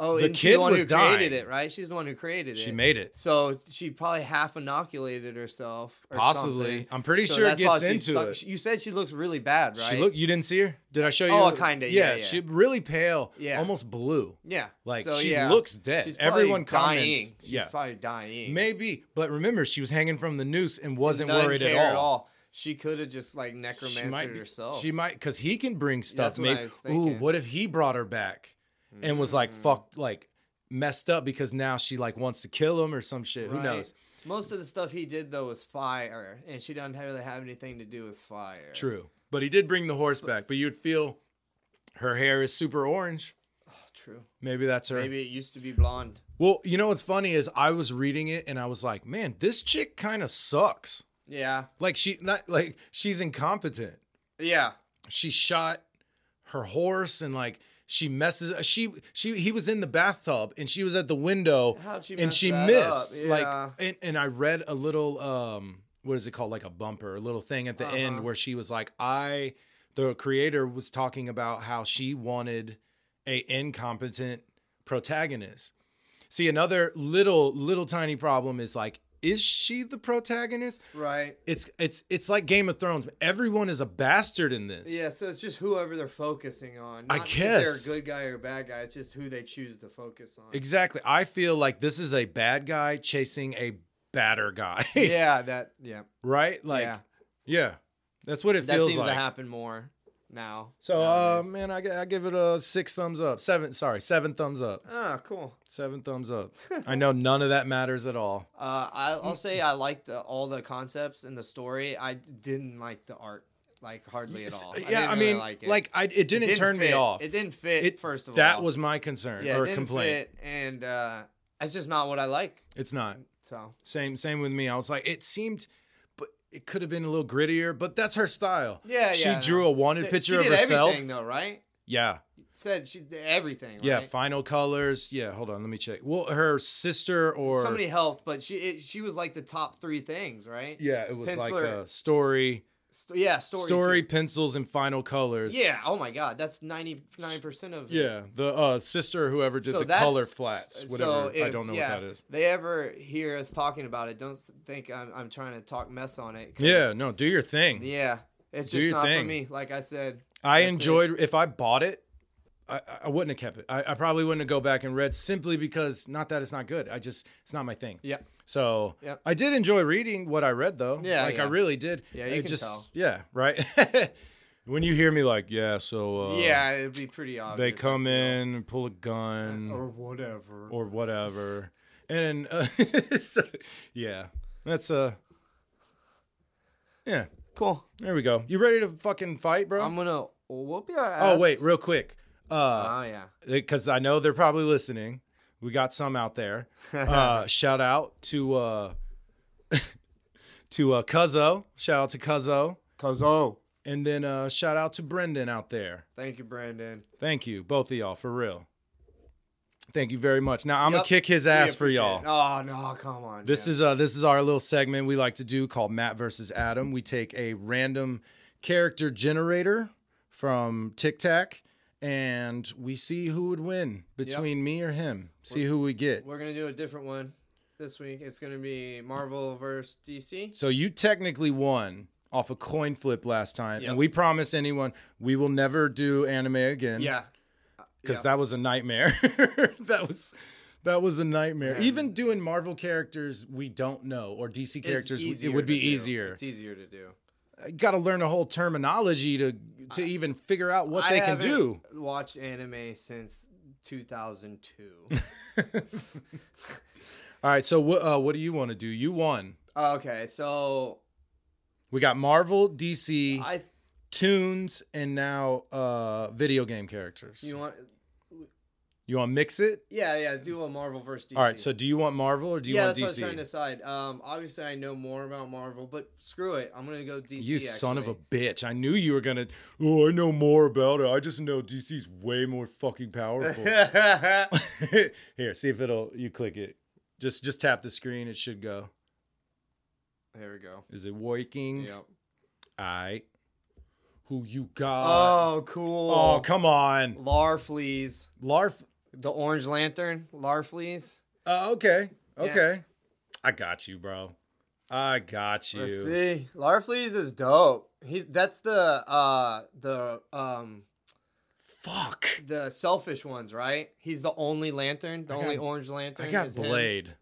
S3: oh,
S2: the
S3: and she's
S2: kid
S3: the one
S2: was
S3: who
S2: dying.
S3: created it, right? She's the one who created it.
S2: She made it.
S3: So she probably half inoculated herself. Or
S2: Possibly.
S3: something.
S2: I'm pretty
S3: So
S2: sure it
S3: that's why
S2: gets
S3: she's
S2: into
S3: stuck-
S2: it.
S3: You said she looks really bad, right?
S2: She look. You didn't see her? Did I show you?
S3: Oh, kinda, yeah, yeah.
S2: She really pale.
S3: Yeah.
S2: Almost blue.
S3: Yeah.
S2: Like,
S3: so,
S2: she
S3: yeah.
S2: looks dead.
S3: She's probably
S2: Everyone comments.
S3: dying. She's
S2: yeah.
S3: probably dying.
S2: Maybe, but remember, she was hanging from the noose and wasn't
S3: Doesn't
S2: worried
S3: care
S2: at all.
S3: She could have just like
S2: She
S3: necromancered
S2: might. be-
S3: herself.
S2: She might, because he can bring stuff.
S3: That's what I
S2: Maybe.
S3: was
S2: Ooh,
S3: thinking. Mm-hmm.
S2: what if he brought her back, and was like fucked, like messed up because now she like wants to kill him or some shit. Who
S3: Right.
S2: knows?
S3: Most of the stuff he did though was fire, and she doesn't really have anything to do with fire.
S2: True. But he did bring the horse back. But you'd feel her hair is super orange.
S3: True.
S2: Maybe that's her.
S3: Maybe it used to be blonde.
S2: Well, you know what's funny is I was reading it and I was like, man, this chick kind of sucks.
S3: Yeah.
S2: Like she not like she's incompetent.
S3: Yeah.
S2: She shot her horse and like she messes she she he was in the bathtub and she was at the window
S3: How'd she
S2: and
S3: mess
S2: she
S3: that
S2: missed.
S3: up? Yeah.
S2: Like and, and I read a little um what is it called? Like a bumper, a little thing at the end
S3: Uh-huh.
S2: where she was like, I the creator was talking about how she wanted a incompetent protagonist. See, another little little tiny problem is like, is she the protagonist?
S3: Right.
S2: It's it's it's like Game of Thrones. Everyone is a bastard in this.
S3: Yeah. So it's just whoever they're focusing on.
S2: I
S3: Not that
S2: guess.
S3: they're a good guy or a bad guy. It's just who they choose to focus on.
S2: Exactly. I feel like this is a bad guy chasing a badder guy.
S3: yeah. That. Yeah.
S2: [LAUGHS] right? Like yeah.
S3: Yeah.
S2: That's what it
S3: That
S2: feels
S3: seems to
S2: like.
S3: happen more now.
S2: so uh
S3: nowadays.
S2: man, I, gi- I give it a 6 thumbs up. 7 sorry, 7 thums up.
S3: Ah, cool.
S2: 7 thumbs
S3: [LAUGHS]
S2: up. I know none of that matters at all.
S3: Uh, I, I'll say I liked the, all the concepts and the story. I didn't like the art, like hardly at all.
S2: uh, Yeah, I,
S3: didn't really
S2: mean
S3: like, it.
S2: like I it didn't, turn me
S3: fit.
S2: off.
S3: It didn't fit.
S2: It-
S3: first of all,
S2: That was my concern
S3: yeah, it
S2: or
S3: didn't
S2: complaint.
S3: fit, and uh, that's just not what I like.
S2: It's not.
S3: So
S2: Same same with me. I was like, it seemed, but it could have been a little grittier. But that's her style.
S3: Yeah,
S2: She
S3: yeah, no.
S2: drew a wanted
S3: Th-
S2: picture
S3: she
S2: of
S3: did
S2: herself.
S3: everything, though, right?
S2: Yeah,
S3: Said she did everything. Right?
S2: yeah. Final colors. Yeah. Hold on, let me check. Well, her sister or
S3: Somebody helped, but she it, she was like the top three things, right?
S2: yeah, it was like
S3: Penciler.
S2: a story,
S3: Sto- yeah,
S2: story,
S3: story. too.
S2: pencils, and final colors.
S3: Yeah. Oh my God, that's ninety nine percent of it.
S2: Yeah, the uh, sister or whoever did the
S3: that's-
S2: color flats,
S3: so
S2: whatever. I
S3: if-
S2: don't know
S3: yeah,
S2: what that is.
S3: They ever hear us talking about it? Don't s- think I'm, I'm trying to talk mess on it. 'cause-
S2: Yeah, no, do your thing.
S3: yeah. It's
S2: Do
S3: just
S2: your
S3: not
S2: thing.
S3: for me. Like I said,
S2: I
S3: That's it.
S2: enjoyed. If I bought it, I, I wouldn't have kept it. I, I probably wouldn't have go back and read simply because not that it's not good. I just it's not my thing.
S3: yeah,
S2: So
S3: Yep.
S2: I did enjoy reading what I read though.
S3: Yeah,
S2: like I
S3: yeah.
S2: really did.
S3: Yeah, you
S2: It
S3: can
S2: just
S3: tell.
S2: yeah, right. [LAUGHS] when you hear me like yeah, so uh,
S3: yeah, it'd be pretty obvious.
S2: they
S3: I
S2: come
S3: feel.
S2: in and pull a gun or,
S3: Uh, or whatever.
S2: whatever, and uh, [LAUGHS] so, yeah, that's uh yeah.
S3: cool.
S2: There we go. You ready to fucking fight, bro?
S3: I'm gonna whoop your ass.
S2: oh wait, real quick. Uh,
S3: Oh yeah.
S2: because I know they're probably listening. We got some out there. [LAUGHS]
S3: Uh-huh.
S2: Uh, shout out to uh, [LAUGHS] to uh, Cuzzo. Shout out to Cuzzo,
S3: Cause oh,
S2: and then uh, shout out to Brendan out there.
S3: thank you, Brandon.
S2: Thank you, both of y'all, for real. Thank you very much. Now I'm
S3: Yup.
S2: gonna kick his
S3: We
S2: ass for
S3: appreciate
S2: y'all.
S3: it. Oh no, come on.
S2: This is uh this is our little segment we like to do called Matt versus Adam. We take a random character generator from Tic Tac and we see who would win between me or him. See who we get.
S3: We're gonna do a different one this week. It's gonna be Marvel versus DC.
S2: So you technically won off a coin flip last time,
S3: Yep.
S2: and we promise anyone we will never do anime again.
S3: Yeah.
S2: because
S3: Yeah.
S2: that was a nightmare. [LAUGHS] that was that was a nightmare. Even doing Marvel characters we don't know or DC
S3: It's
S2: characters, we- it
S3: easier
S2: would be
S3: to do.
S2: easier.
S3: It's easier to do.
S2: Got to learn a whole terminology to to even figure out what
S3: I
S2: they can
S3: haven't
S2: do. [LAUGHS]
S3: Watched anime since
S2: [LAUGHS]
S3: 2002.
S2: All right, so what uh, what do you want to do? You won.
S3: okay, so
S2: We got Marvel, DC,
S3: I
S2: tunes, and now uh, video game characters.
S3: you want
S2: You want to mix it?
S3: yeah yeah do a Marvel versus DC.
S2: All right. So do you want Marvel or do you
S3: yeah,
S2: want
S3: that's what I was trying to
S2: DC?
S3: decide. Um, obviously I know more about Marvel, but screw it, I'm gonna go DC.
S2: You son of a
S3: actually.
S2: bitch! I knew you were gonna. Oh, I know more about it. I just know DC's way more fucking
S3: [LAUGHS]
S2: powerful. [LAUGHS] Here, see if it'll. You click it. Just just tap the screen. It should go.
S3: there we go.
S2: Is it working?
S3: Yep.
S2: I. Who you got?
S3: Oh, cool.
S2: oh, come on,
S3: Larfleas,
S2: Larf.
S3: the Orange Lantern, Larfleas.
S2: Uh, okay.
S3: Yeah.
S2: Okay. I got you, bro. I got you.
S3: Let's see. Larfleeze is dope. He's that's the uh the um
S2: Fuck.
S3: the selfish ones, right? He's the only lantern, the
S2: I
S3: only
S2: got-
S3: orange lantern.
S2: I got
S3: is him.
S2: Blade.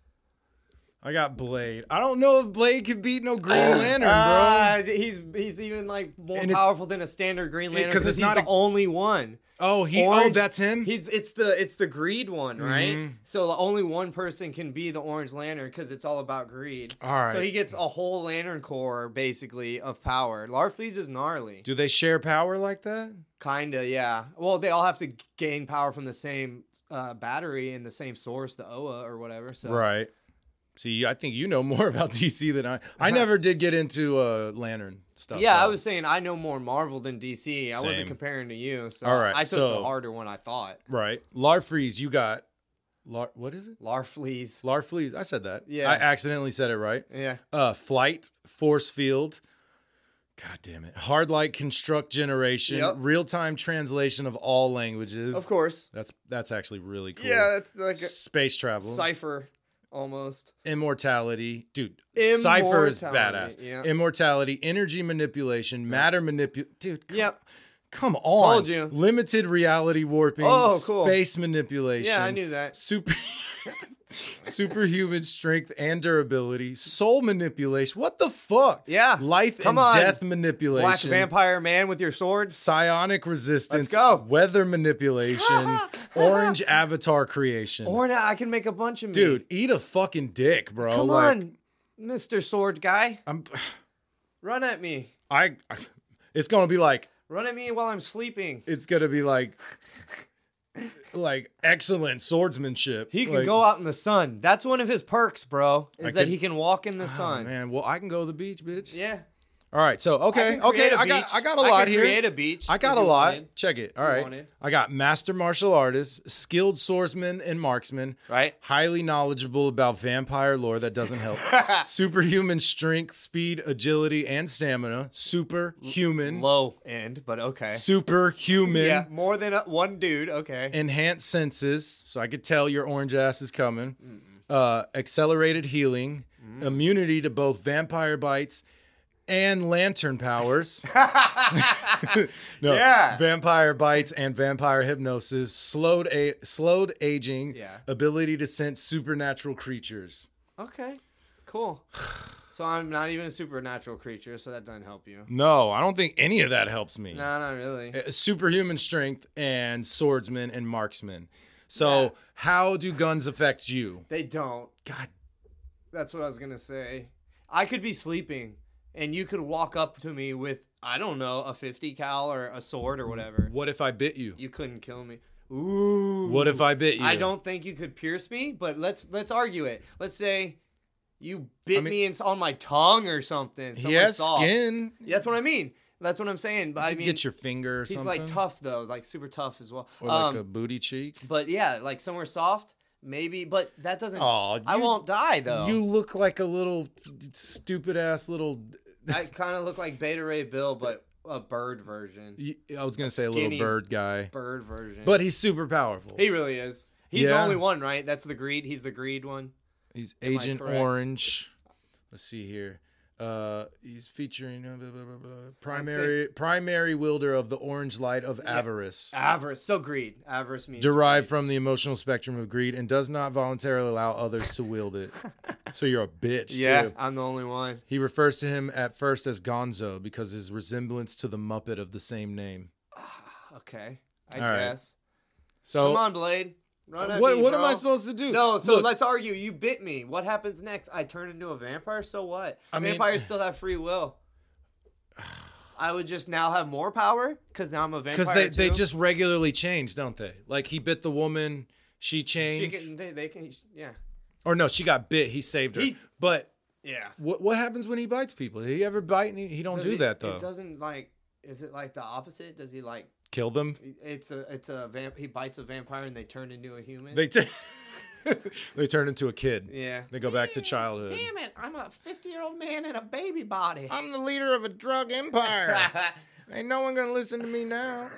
S2: I got Blade. I don't know if Blade could beat no Green
S3: Uh,
S2: Lantern, bro.
S3: Ah, he's he's even like more
S2: And it's-
S3: powerful than a standard Green Lantern
S2: 'cause
S3: because
S2: it's
S3: he's
S2: not
S3: the
S2: a-
S3: only one.
S2: oh, he. oh,
S3: Orange-
S2: that's him.
S3: He's it's the it's the greed one, right?
S2: Mhm.
S3: So only one person can be the Orange Lantern because it's all about greed.
S2: All right.
S3: So he gets a whole Lantern Corps basically of power. Larfleeze is gnarly.
S2: Do they share power like that?
S3: Kinda, yeah. Well, they all have to g- gain power from the same uh, battery and the same source, the OA or whatever. So
S2: Right. See, I think you know more [LAUGHS] about DC than I. I never did get into uh, Lantern stuff.
S3: Uh-huh. Yeah, I
S2: though.
S3: was saying I know more Marvel than DC. I
S2: Same.
S3: wasn't comparing to you, so
S2: All right,
S3: I took
S2: so-
S3: the harder one. I thought
S2: right. Larfreeze, you got Lar. What is it?
S3: Larfleeze.
S2: Larfleeze. I said that.
S3: Yeah.
S2: I accidentally said it right.
S3: Yeah,
S2: Uh, flight, force field. God damn it! Hard light construct generation,
S3: Yep.
S2: real time translation of all languages.
S3: of course.
S2: That's that's actually really cool.
S3: Yeah, that's like a
S2: Space travel,
S3: cipher almost.
S2: immortality, dude. Cipher is badass.
S3: Immortality, yeah.
S2: Immortality, energy manipulation, matter manipulation, dude. come
S3: Yep.
S2: Come on.
S3: Told you.
S2: Limited reality warping.
S3: Oh, cool.
S2: Space manipulation.
S3: Yeah, I knew that.
S2: Super superhuman strength and durability. Soul manipulation. What the fuck?
S3: Yeah,
S2: Life
S3: come
S2: and
S3: on.
S2: death manipulation.
S3: Black vampire man with your swords.
S2: Psionic resistance.
S3: Let's go.
S2: Weather
S3: [LAUGHS]
S2: manipulation. orange avatar creation.
S3: Or now I can make a bunch of me.
S2: Dude, eat a fucking dick, bro.
S3: come
S2: Like,
S3: on, Mister Sword Guy,
S2: I'm
S3: run at me.
S2: I it's gonna be like
S3: Run at me while I'm sleeping.
S2: it's gonna be like like excellent swordsmanship.
S3: He can
S2: Like,
S3: go out in the sun. That's one of his perks, bro. Is
S2: I
S3: that
S2: could-
S3: he can walk in the
S2: Oh,
S3: sun.
S2: man, well I can go to the beach, bitch.
S3: Yeah.
S2: All right, so okay,
S3: can
S2: okay,
S3: create a
S2: I got
S3: beach.
S2: I got a
S3: I
S2: lot
S3: could
S2: here.
S3: Create a beach.
S2: I got
S3: if
S2: a
S3: you
S2: lot.
S3: wanted,
S2: Check it. All right,
S3: wanted.
S2: I got master martial artist, skilled swordsman and marksman,
S3: Right.
S2: highly knowledgeable about vampire lore. That doesn't
S3: [LAUGHS]
S2: help. Superhuman strength, speed, agility, and stamina. Superhuman.
S3: Low end, but okay.
S2: Superhuman.
S3: Yeah, more than a, one dude. Okay.
S2: enhanced senses, so I could tell your orange ass is coming. Uh, accelerated healing,
S3: Mm.
S2: immunity to both vampire bites and lantern
S3: [LAUGHS]
S2: powers. [LAUGHS] no,
S3: Yeah.
S2: vampire bites and vampire hypnosis. Slowed a slowed aging.
S3: Yeah.
S2: Ability to sense supernatural creatures.
S3: [LAUGHS] okay. Cool. So I'm not even a supernatural creature, so that doesn't help you.
S2: No, I don't think any of that helps me.
S3: No, not really.
S2: Uh, Superhuman strength and swordsman and marksman. So,
S3: Yeah.
S2: how do guns affect you?
S3: They don't.
S2: God
S3: That's what I was gonna say. I could be sleeping, and you could walk up to me with I don't know a 50 cal or a sword or whatever.
S2: What if I bit you?
S3: You couldn't kill me. Ooh.
S2: What if I bit you?
S3: I don't think you could pierce me, but let's let's argue it. Let's say you bit
S2: mean-
S3: me in, on my tongue or something.
S2: He
S3: somewhere
S2: has
S3: soft.
S2: skin.
S3: That's what I mean. That's what I'm saying. But I
S2: You
S3: mean,
S2: get your finger or
S3: he's
S2: something.
S3: like tough though, like super tough as well.
S2: Or like
S3: Um,
S2: a booty cheek.
S3: but yeah, like somewhere soft, maybe. But that doesn't.
S2: Aw,
S3: I
S2: you-
S3: won't die though.
S2: You look like a little stupid ass little.
S3: I kind of look like Beta Ray Bill, but a bird version.
S2: y- I was gonna say a little
S3: Skinny.
S2: bird guy,
S3: Bird version.
S2: but he's super powerful.
S3: he really is. He's the
S2: Yeah.
S3: only one, right? That's the greed. He's the greed one.
S2: he's
S3: I
S2: Agent
S3: correct?
S2: Orange. Let's see here. Uh, he's featuring uh, blah, blah, blah, blah. primary primary wielder of the orange light of avarice.
S3: Avarice, so greed. Avarice means
S2: derived from the emotional spectrum of greed and does not voluntarily allow others to wield
S3: [LAUGHS]
S2: it. so you're a bitch
S3: Yeah,
S2: too.
S3: I'm the only one.
S2: He refers to him at first as Gonzo because his resemblance to the Muppet of the same name.
S3: Okay, I
S2: All right.
S3: guess.
S2: So
S3: Come on, Blade. Run at
S2: what
S3: me,
S2: what am I
S3: bro.
S2: supposed to do?
S3: No, so
S2: Look,
S3: let's argue. You bit me. What happens next? I turn into a vampire. So what?
S2: I mean-
S3: Vampires still have
S2: [SIGHS]
S3: free will. I would just now have more power because now I'm a vampire.
S2: because they, they
S3: too.
S2: just regularly change, don't they? Like he bit the woman, she
S3: she
S2: changed,
S3: can they, they can yeah
S2: or no, she got bit. He saved her.
S3: He-
S2: but
S3: yeah.
S2: what what happens when he bites people? Did he ever bite? And he, he don't
S3: Does
S2: do
S3: it-
S2: that
S3: It
S2: though.
S3: doesn't like. Is it like the opposite? Does he like?
S2: Kill them.
S3: It's a it's a vamp. He bites a vampire and they turn into a human.
S2: They t- [LAUGHS] they turn into a kid.
S3: yeah.
S2: They go back to childhood.
S3: Damn it! I'm a 50 year old man in a baby body. [LAUGHS]
S2: I'm the leader of a drug [LAUGHS] empire. Ain't no one gonna listen to me now.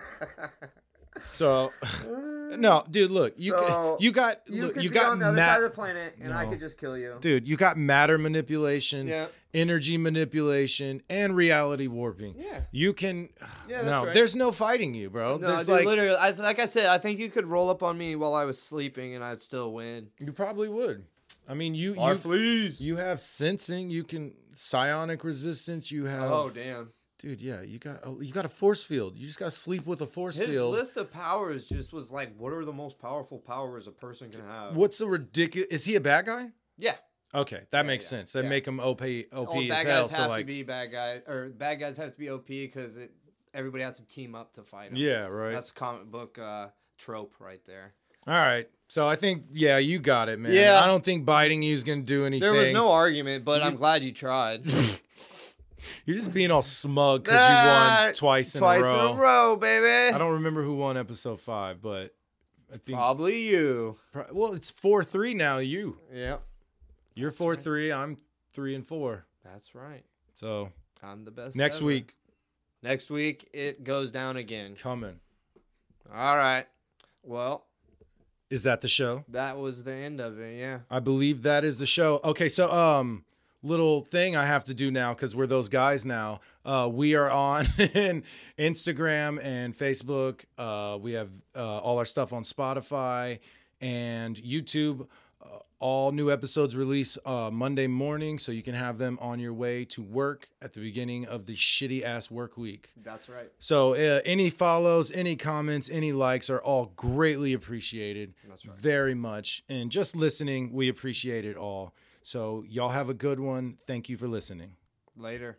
S2: So, [LAUGHS] no, dude, look, you
S3: So,
S2: you got
S3: Uh, you
S2: look,
S3: could
S2: you
S3: be
S2: got
S3: on the other
S2: ma-
S3: side of the planet, and I
S2: No.
S3: could just kill you.
S2: dude, you got matter manipulation,
S3: Yeah.
S2: energy manipulation, and reality warping.
S3: Yeah.
S2: you can. [SIGHS]
S3: Yeah, that's
S2: no,
S3: right.
S2: there's no fighting you, bro.
S3: No,
S2: there's
S3: dude,
S2: like
S3: literally, I, like I said, I think you could roll up on me while I was sleeping, and I'd still win.
S2: you probably would. I mean, you
S3: Or
S2: you
S3: fleas.
S2: you have sensing. You can psionic resistance. You have,
S3: oh damn!
S2: dude, yeah, you got a, you got a force field. You just got to sleep with a force
S3: His
S2: field.
S3: list of powers just was like, what are the most powerful powers a person can have?
S2: What's the ridiculous? Is he a bad guy?
S3: Yeah,
S2: Okay, that makes
S3: yeah,
S2: sense. That
S3: yeah.
S2: make him OP, OP
S3: all
S2: as
S3: bad
S2: hell.
S3: guys
S2: So
S3: have to
S2: like,
S3: be bad guys, or bad guys have to be OP because everybody has to team up to fight him.
S2: yeah, right.
S3: that's comic book uh, trope right there.
S2: All right. So I think, yeah, you got it, man.
S3: Yeah.
S2: I don't think biting you is gonna do anything.
S3: There was no argument, but I'm glad
S2: [LAUGHS]
S3: you tried.
S2: You're just being all smug because you
S3: Ah,
S2: won twice in
S3: Twice
S2: a row.
S3: in a row, baby.
S2: I don't remember who won episode five, but I think
S3: Probably you.
S2: pro- well, it's four three now. You,
S3: Yep.
S2: you're four three. I'm three and four.
S3: That's right.
S2: So
S3: I'm the best.
S2: next
S3: ever.
S2: week
S3: Next week it goes down again.
S2: coming.
S3: All right. Well,
S2: Is that the show?
S3: that was the end of it. Yeah.
S2: I believe that is the show. Okay, so um little thing I have to do now cuz we're those guys now. Uh we are on [LAUGHS] Instagram and Facebook. Uh we have uh, all our stuff on Spotify and YouTube. Uh, all new episodes release uh, Monday morning, so you can have them on your way to work at the beginning of the shitty ass work week.
S3: That's right.
S2: So, uh, any follows, any comments, any likes are all greatly appreciated.
S3: That's right.
S2: Very much. And just listening, we appreciate it all. So, y'all have a good one. Thank you for listening.
S3: Later.